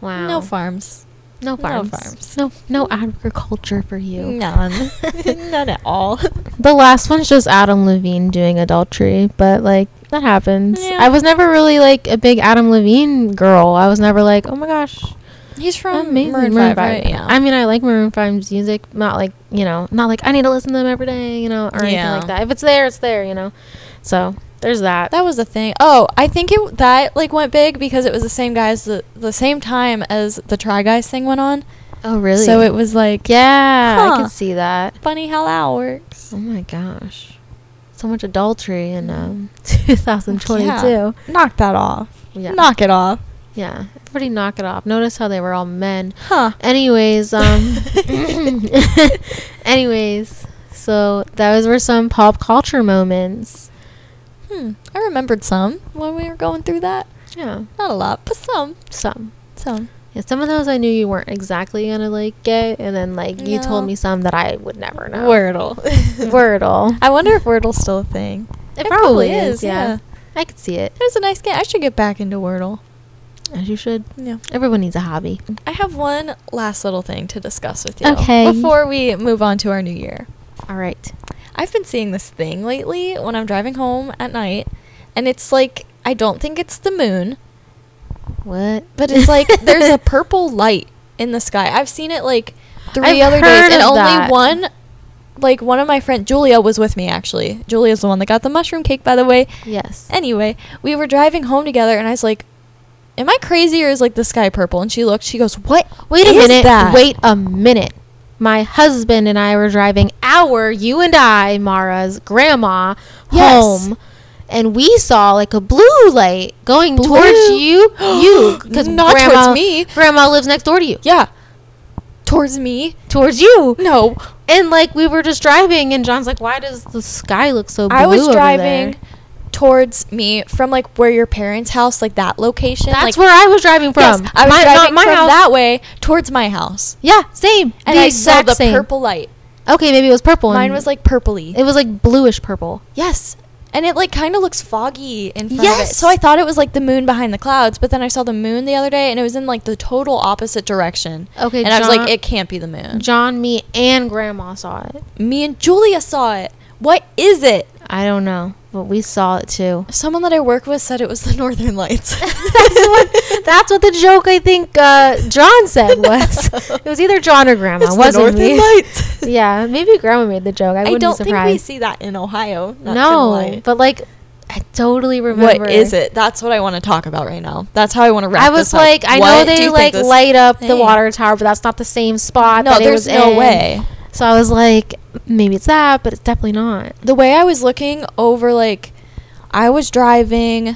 Wow. No farms. No farms. farms. No, no agriculture for you. [laughs] None. [laughs] [laughs] None at all. The last one's just Adam Levine doing adultery, but like that happens. Yeah. I was never really like a big Adam Levine girl. I was never like, oh my gosh, [laughs] He's from amazing Maroon, 5, right? Yeah. I mean, I like Maroon 5's music, not like you know, not like I need to listen to them every day, you know, or anything Yeah. like that. If it's there, it's there, you know. So there's that. That was the thing. Oh, I think it that like went big because it was the same guys the, the same time as the Try Guys thing went on. oh really? So it was like yeah, Huh. I can see that. funny how that works. Oh my gosh, so much adultery in um, [laughs] 2022. Yeah. Knock that off. Knock it off. yeah. Everybody knock it off. Notice how they were all men. Huh. [laughs] Anyways, um anyways, so those were some pop culture moments. [laughs] Hmm. I remembered some when we were going through that. Yeah, Not a lot, but some. some. Some. Yeah, some of those I knew you weren't exactly gonna like get, and then like you told No. me some that I would never know. Wordle. Wordle. [laughs] I wonder if Wordle's still a thing. [laughs] It, probably is. yeah. I could see it. It was a nice game. I should get back into Wordle. As you should. Yeah. Everyone needs a hobby. I have one last little thing to discuss with you. Okay. Before we move on to our new year. All right. I've been seeing this thing lately when I'm driving home at night, and it's like I don't think it's the moon, What? but it's like [laughs] there's a purple light in the sky. I've seen it like 3 I've other heard days, and of only that. one. Like one of my friends, Julia was with me actually. Julia's the one that got the mushroom cake, by the way. Yes. Anyway, we were driving home together, and I was like, "Am I crazy or is like the sky purple?" And she looked. She goes, "What? Wait a is minute. that?" Wait a minute. My husband and I were driving our, you and I, Mara's grandma Yes. home, and we saw like a blue light going towards Blue? [gasps] you, you, because Not towards grandma, me. Grandma lives next door to you, Yeah, towards me. towards you, No, and like we were just driving, and John's like, "Why does the sky look so blue?" I was over driving there?" towards me from like where your parents' house, like that location. That's like, where I was driving from. Yes, I was My- not driving my from house. that way towards my house, Yeah, same. and the I saw exact the same. purple light. Okay, maybe it was purple. Mine and- was like purpley. it was like bluish purple. yes, and it like kind of looks foggy in front of it. Yes. So I thought it was like the moon behind the clouds, but then I saw the moon the other day, and it was in like the total opposite direction. Okay, and I was like, John- it can't be the moon. John, me, and Grandma saw it. me and Julia saw it. What is it? I don't know, but we saw it [laughs] too. Someone that I work with said it was [laughs] the Northern Lights. [laughs] That's what the joke I think uh, John said [laughs] [laughs] was. It was either John or Grandma, It's the wasn't Northern me? [laughs] Lights. yeah, maybe Grandma made the joke. I, I wouldn't don't be think we surprised. see that in Ohio. Not gonna no, lie. but like I totally remember. What is it? That's what I want to talk about right now. That's how I want to wrap. I was this up. like, I know What do they you think like this- light up the Hey. water tower, but that's not the same spot. No, that it there's was no in. way. So I was like, maybe it's that, but it's definitely not. The way I was looking over, like, I was driving.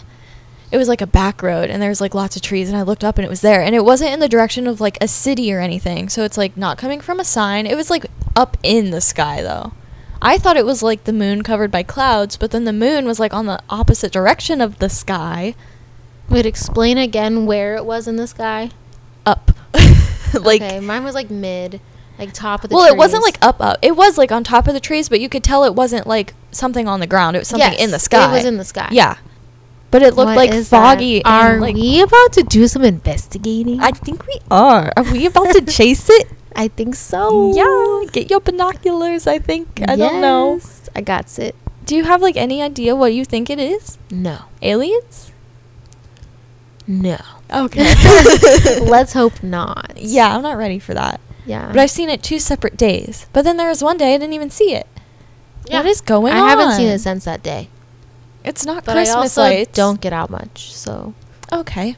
It was like a back road, and there was like lots of trees, and I looked up, and it was there, and it wasn't in the direction of like a city or anything. So it's like not coming from a sign. It was like up in the sky, though. I thought it was like the moon covered by clouds, but then the moon was like on the opposite direction of the sky, Would explain again where it was in the sky. up. [laughs] like okay, mine was like mid, like top of the. well it wasn't trees. like up up it was like on top of the trees but you could tell it wasn't like something on the ground it was something Yes, in the sky It was in the sky. yeah but it looked What like is foggy that? Are and, like, we about to do some investigating? i think we are are we about to chase [laughs] it I think so. yeah get your binoculars i think i don't know Yes, I got it. do you have like any idea what you think it is No, aliens no. okay [laughs] Let's hope not. [laughs] yeah i'm not ready for that Yeah. but i've seen it two separate days but then there was one day i didn't even see it what is going I on haven't seen it since that day. it's not But christmas I also lights don't get out much, so Okay.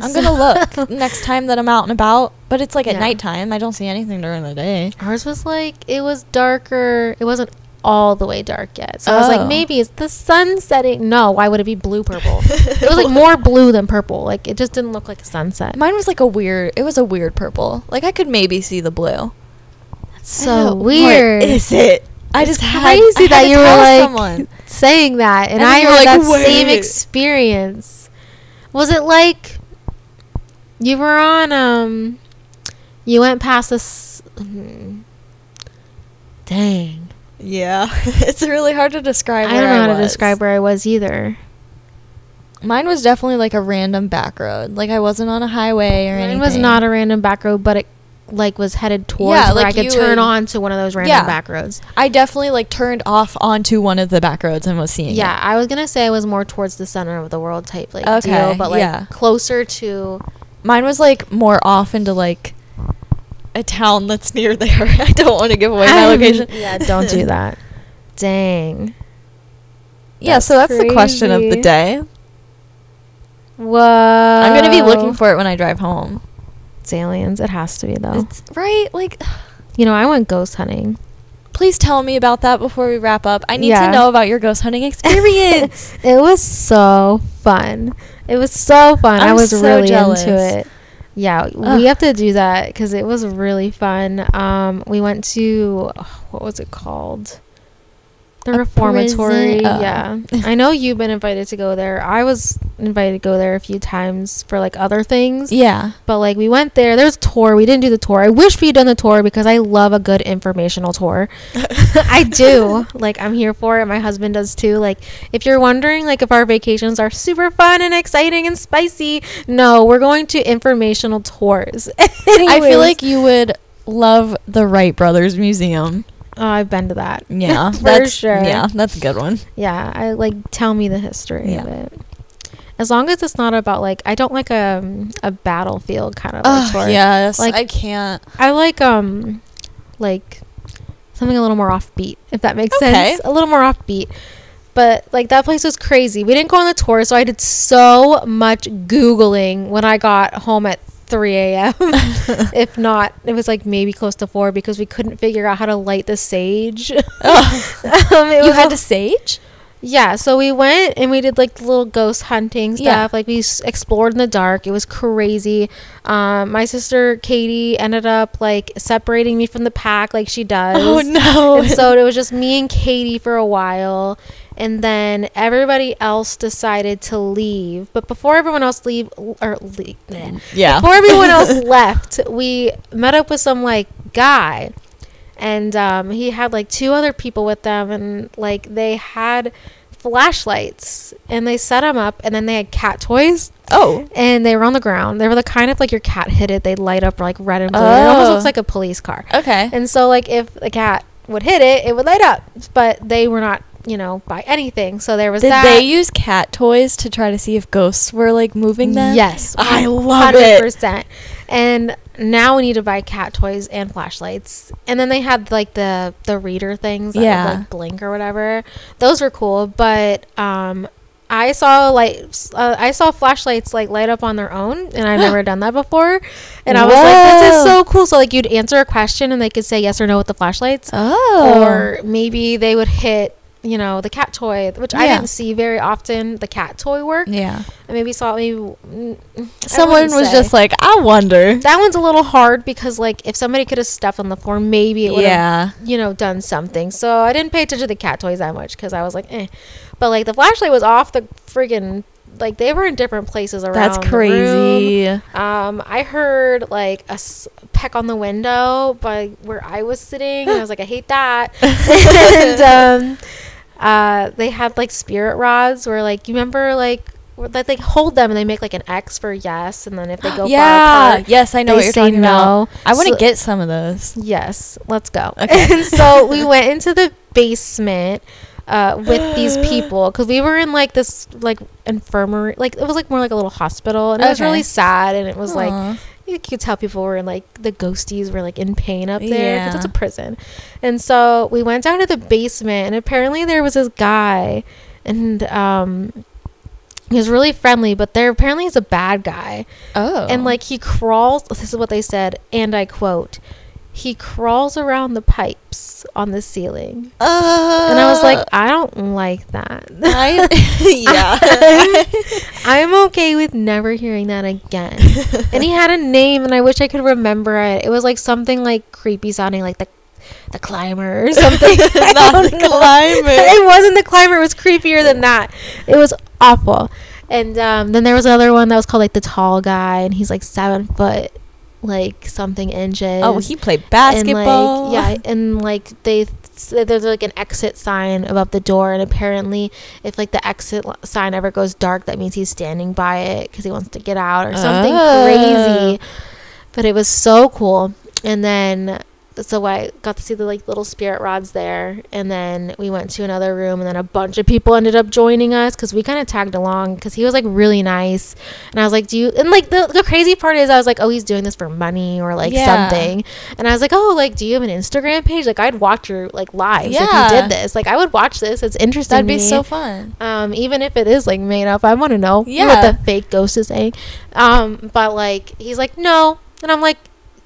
I'm So- [laughs] gonna [laughs] look Mm. next time that I'm out and about, but it's like at Yeah. nighttime. I don't see anything during the day. ours was like it was darker. It wasn't all the way dark yet. So I was Oh. like, maybe it's the sun setting. No, why would it be blue [laughs] purple? it was like more blue than purple. Like it just didn't look like a sunset. Mine was like a weird. It was a weird purple. Like I could maybe see the blue. I so don't- weird. What is it? I It's just had, I crazy had that to you tell were like someone. saying that, and, And then I you're had like, that same "Wait." experience. Was it like you were on? Um, you went past this. hmm. Dang, Yeah, [laughs] it's really hard to describe. I where don't know how to was. describe where I was either. Mine was definitely like a random back road. Like I wasn't on a highway or anything. Mine was not a random back road, but it like was headed towards Yeah, where like I could you turn would- on to one of those random Yeah. back roads. I definitely like turned off onto one of the back roads and was seeing. Yeah, I was gonna say I was more towards the center of the world type like Okay, deal, but like yeah. closer to it. mine was like more off into like a town that's near there. [laughs] I don't want to give [laughs] away my I'm- location. Yeah, don't do that. [laughs] Dang. [laughs] Yeah, so that's That's the question of the crazy. day. Whoa. I'm gonna be looking for it when I drive home. it's aliens. It has to be though. It's right, like [sighs] you know, I went ghost hunting. please tell me about that before we wrap up. I need Yeah. to know about your ghost hunting experience. [laughs] It was so fun. It was so fun. i I'm was so really jealous. into it. Yeah, Ugh. we have to do that because it was really fun. Um, we went to what was it called? The A reformatory. prison- oh. Yeah, I know you've been invited to go there. I was invited to go there a few times for like other things. yeah. But like we went there, there's a tour. We didn't do the tour. I wish we'd done the tour because I love a good informational tour. [laughs] I do. Like I'm here for it. My husband does too. Like if you're wondering like if our vacations are super fun and exciting and spicy, no, we're going to informational tours. [laughs] I feel Anyways. like you would love the Wright Brothers [laughs] Museum. oh, I've been to that. Yeah. For that's sure. Yeah, that's a good one. Yeah, I like tell me the history of Yeah. it. As long as it's not about like I don't like a um, a battlefield kind of like, Oh, tour. yes. Like- I can't. I like um like something a little more offbeat, if that makes Okay. sense. A little more offbeat. But like that place was crazy. We didn't go on the tour, so I did so much Googling when I got home at 3 [laughs] a.m. if not, it was like maybe close to 4 because we couldn't figure out how to light the sage. [laughs] Um, it Oh. you was had a- to sage? yeah, so we went and we did like the little ghost hunting stuff. Yeah. Like we s- explored in the dark. It was crazy. Um, my sister Katie ended up like separating me from the pack, like she does. Oh no. And so it was just me and Katie for a while, and then everybody else decided to leave. But before everyone else leave or leave, [laughs] yeah. before everyone else left, we met up with some like guy, and um, he had like two other people with them, and like they had flashlights, and they set them up, and then they had cat toys, Oh. and they were on the ground. They were the kind of like your cat hit it, they light up like red and blue. It almost Oh. looks like a police car. Okay. And so, like, if the cat would hit it, it would light up, but they were not, you know, by anything. So there was Did that. they use cat toys to try to see if ghosts were like moving them? Yes, I love it. 100%. And now we need to buy cat toys and flashlights. And then they had like the the reader things that would, Yeah. like blink or whatever. Those were cool, but um I saw lights. Uh, I saw flashlights like light up on their own, and I've [gasps] never done that before. And I was like, "This is Whoa. so cool!" So like, you'd answer a question, and they could say yes or no with the flashlights, Oh. or maybe they would hit, you know, the cat toy, which I Yeah. didn't see very often. The cat toy work. yeah. I maybe saw it maybe mm, I Someone wouldn't was say. just like, I wonder. that one's a little hard because like if somebody could have stepped on the floor, maybe it would have Yeah. you know, done something. So I didn't pay attention to the cat toys that much because I was like, eh. But like the flashlight was off the friggin' like they were in different places around. That's the room. crazy. Um, I heard like a s- peck on the window by where I was sitting, and I was like, I hate [laughs] that. and um, uh, they had like spirit rods where like you remember like where, like they hold them and they make like an X for yes, and then if they go far yeah. apart, Yes, I know they what you're say talking no. about. I want to So- get some of those. Yes, let's go. Okay. [laughs] and so [laughs] we went into the basement uh, with [gasps] these people because we were in like this like infirmary, like it was like more like a little hospital, and it was Okay. really sad, and it was like Aw. you could tell people were in like the ghosties were like in pain up there 'cause it's a Yeah. prison, and so we went down to the basement, and apparently there was this guy, and um. He was really friendly, but there apparently is a bad guy. oh. And like he crawls, this is what they said, and I quote, he crawls around the pipes on the ceiling. Uh. and I was [laughs] like, [laughs] I don't like that. [laughs] I, [laughs] I'm okay with never hearing that again. and he had a name, and I wish I could remember it. It was like something like creepy sounding, like the the climber or something. [laughs] I Not don't [laughs] the know. climber. [laughs] It wasn't the climber. It was creepier than that. It was awful. And um, then there was another one that was called like the tall guy, and he's like seven foot, like something inches. oh, he played And, like, basketball. yeah, and like they said there's like an exit sign above the door, and apparently if like the exit l- sign ever goes dark, that means he's standing by it because he wants to get out or something Oh. crazy. But it was so cool. And then so I got to see the like little spirit rods there, and then we went to another room, and then a bunch of people ended up joining us because we kind of tagged along because he was like really nice, and I was like, do you? And like the, the crazy part is I was like, oh, he's doing this for money or like Yeah. something, and I was like, oh, like do you have an Instagram page? Like I'd watch your like lives if you Yeah. did this. Like I would watch this. It's interesting. [laughs] That'd to be me. so fun. Um, even if it is like made up, I want to know Yeah. what the fake ghost is saying. Um, but like he's like no, and I'm like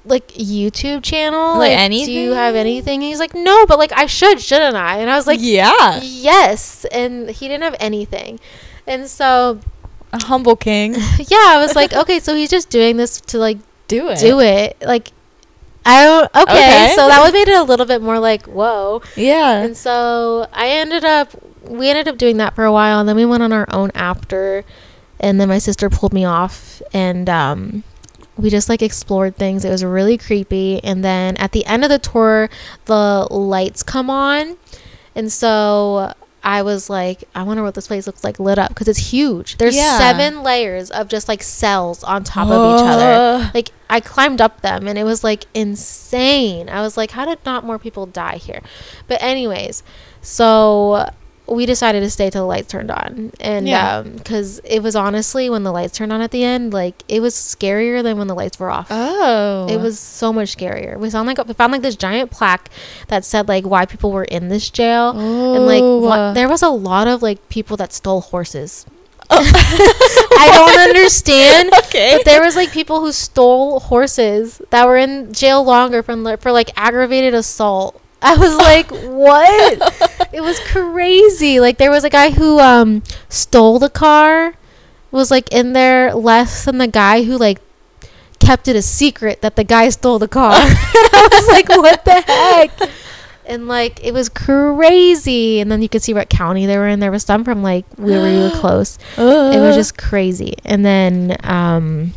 like YouTube channel, Like do you have anything? anything? And he's like no, but like I should, shouldn't I? And I was like yeah. yes, and he didn't have anything, and so A [laughs] humble king. [laughs] yeah, I was like [laughs] okay, so he's just doing this to like Do it. do it, like. I don't, okay, Okay. Uh-huh. so that would made it a little bit more like whoa, Yeah. and so I ended up, we ended up doing that for a while, and then we went on our own after. And then my sister pulled me off, and um, we just like explored things. It was really creepy. And then at the end of the tour, the lights come on, and so I was like, I wonder what this place looks like lit up because it's huge. There's Yeah. seven layers of just like cells on top of each other like I climbed up them and it was like insane. I was like, how did not more people die here? But anyways, so we decided to stay till the lights turned on, and Yeah. because it was honestly when the lights turned on at the end, like it was scarier than when the lights were off. Oh. It was so much scarier. We found like we found like this giant plaque that said like why people were in this jail, and like Oh. what, there was a lot of like people that stole horses. [laughs] I don't understand. Oh. [laughs] Okay. But there was like people who stole horses that were in jail longer from li- for like aggravated assault. I [laughs] was like, what? it was crazy. Like there was a guy who um stole the car, was like in there less than the guy who like kept it a secret that the guy stole the car. [laughs] and I was like, what the heck? And like it was crazy. And then you could see what county they were in. There was some from like we were really close it Oh. was just crazy. And then, um,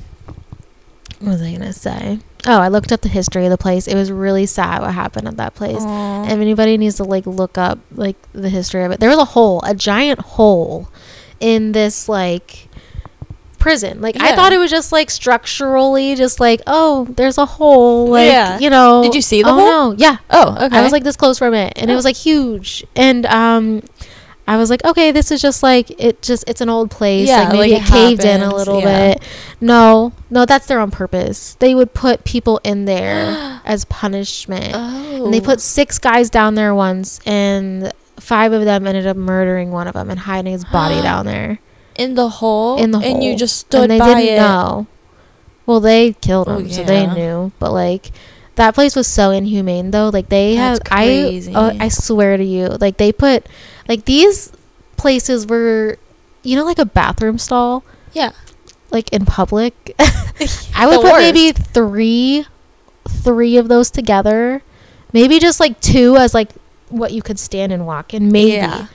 what was I gonna say? Oh, I looked up the history of the place. It was really sad what happened at that place. Aw. If anybody needs to like look up like the history of it, there was a hole, a giant hole, in this like prison. Like I Yeah. thought it was just like structurally, just like oh, there's a hole. Like Yeah. you know. Did you see the oh, hole? No. Yeah. Oh, okay. Oh. I was [gasps] like this close from it, and it was like huge. And um, I was like, okay, this is just like it just it's an old place. Yeah, like maybe like, it it caved in a happens, little yeah. bit. No, no, that's there on purpose. They would put people in [gasps] there as punishment. oh. And they put six guys down there once, and five of them ended up murdering one of them and hiding his [gasps] body down there. in the hole. In the And you hole. just stood and they by didn't it. know. Well, they killed him, Oh, so they yeah. knew. But like, that place was so inhumane, though. Like they That's had, I, oh, crazy. I swear to you, like they put, like these places were, you know, like a bathroom stall, Yeah. like in public. [laughs] I would The put maybe three, three of those together, maybe just like two as like what you could stand and walk in, maybe Yeah.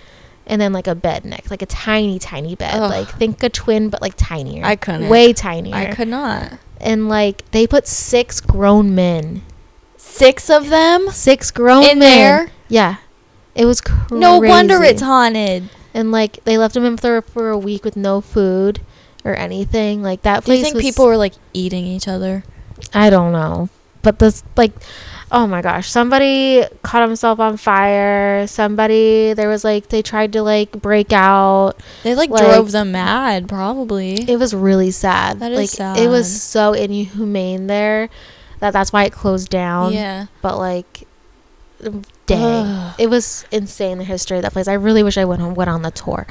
and then like a bed next, like a tiny, tiny bed. Ugh. Like think a twin, but like tinier. I couldn't. Way tinier. I could not. And like they put six grown men, Six of them six grown in men. there. Yeah, it was crazy. No wonder it's haunted. and like they left him in there for a week with no food or anything. Like that Do place. you think was- people were like eating each other? I don't know, but this like, oh my gosh, somebody caught himself on fire. Somebody there was like they tried to like break out. They like, Like- drove them mad, probably. It was really sad. That like is it was sad. so inhumane there that that's why it closed down. yeah. But like dang. [sighs] Ugh. It was insane the history of that place. I really wish I went on went on the tour.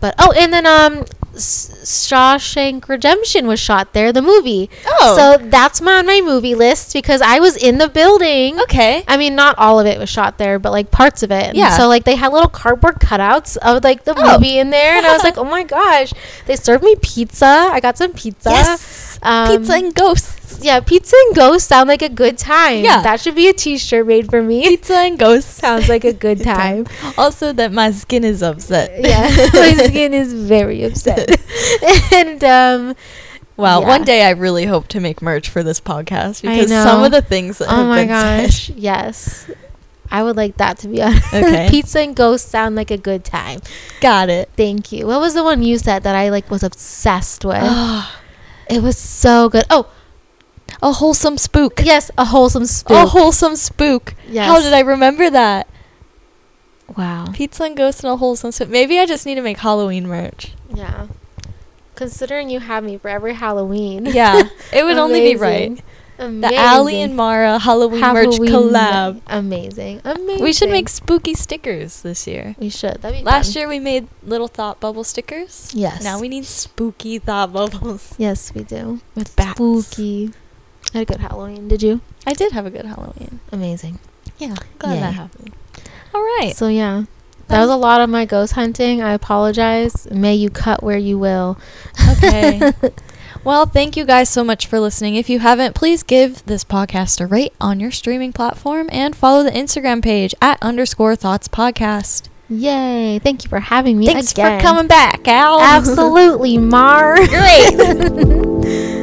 But oh, and then um S- Shawshank Redemption was shot there, the movie. Oh, So that's my on my movie list because I was in the building. okay. I mean, not all of it was shot there, but like parts of it. And Yeah. So like they had little cardboard cutouts of like the Oh. movie in there, and I [laughs] was like, oh my gosh! They served me pizza. I got some pizza. Yes, Um, pizza and ghosts. [laughs] yeah, pizza and ghosts sound like a good time. Yeah. That should be a T-shirt made for me. Pizza and ghosts. [laughs] Sounds like [laughs] a good time. Also, that my skin is upset. yeah, [laughs] my skin is very upset. [laughs] and um, Wow. Yeah. One day, I really hope to make merch for this podcast I because some know. of the things that oh have my been said. gosh, yes, I would like that to be on. [laughs] Okay. pizza and ghosts sound like a good time. [laughs] Got [sighs] it. Thank you. What was the one you said that I like was obsessed Oh. with? it was so good. Oh a wholesome spook. yes, a wholesome spook. A wholesome spook. yes. How did I remember that? Wow. Pizza and ghosts and a wholesome spook. Maybe I just need to make Halloween [laughs] merch. Yeah. Considering you have me for every Halloween. [laughs] Yeah, it would only be right. Amazing. The Allie and Mara Halloween, merch Halloween collab. night. Amazing. Amazing. We should make spooky stickers this year. We should. That'd be Last fun. year we made little thought bubble stickers. Yes. Now we need spooky thought bubbles. Yes, we do. With bats. Spooky. I had a good Halloween. Did you? I did have a good Halloween. Amazing. Yeah, glad Yay. that happened. All right. So yeah. That was a lot of my ghost hunting. I apologize. May you cut where you will. Okay. well, thank you guys so much for listening. If you haven't, please give this podcast a rate on your streaming platform and follow the Instagram page at underscore thoughts podcast. [laughs] Yay. Thank you for having me. Thanks again. [laughs] for coming back, Al. Absolutely, Mar. Great.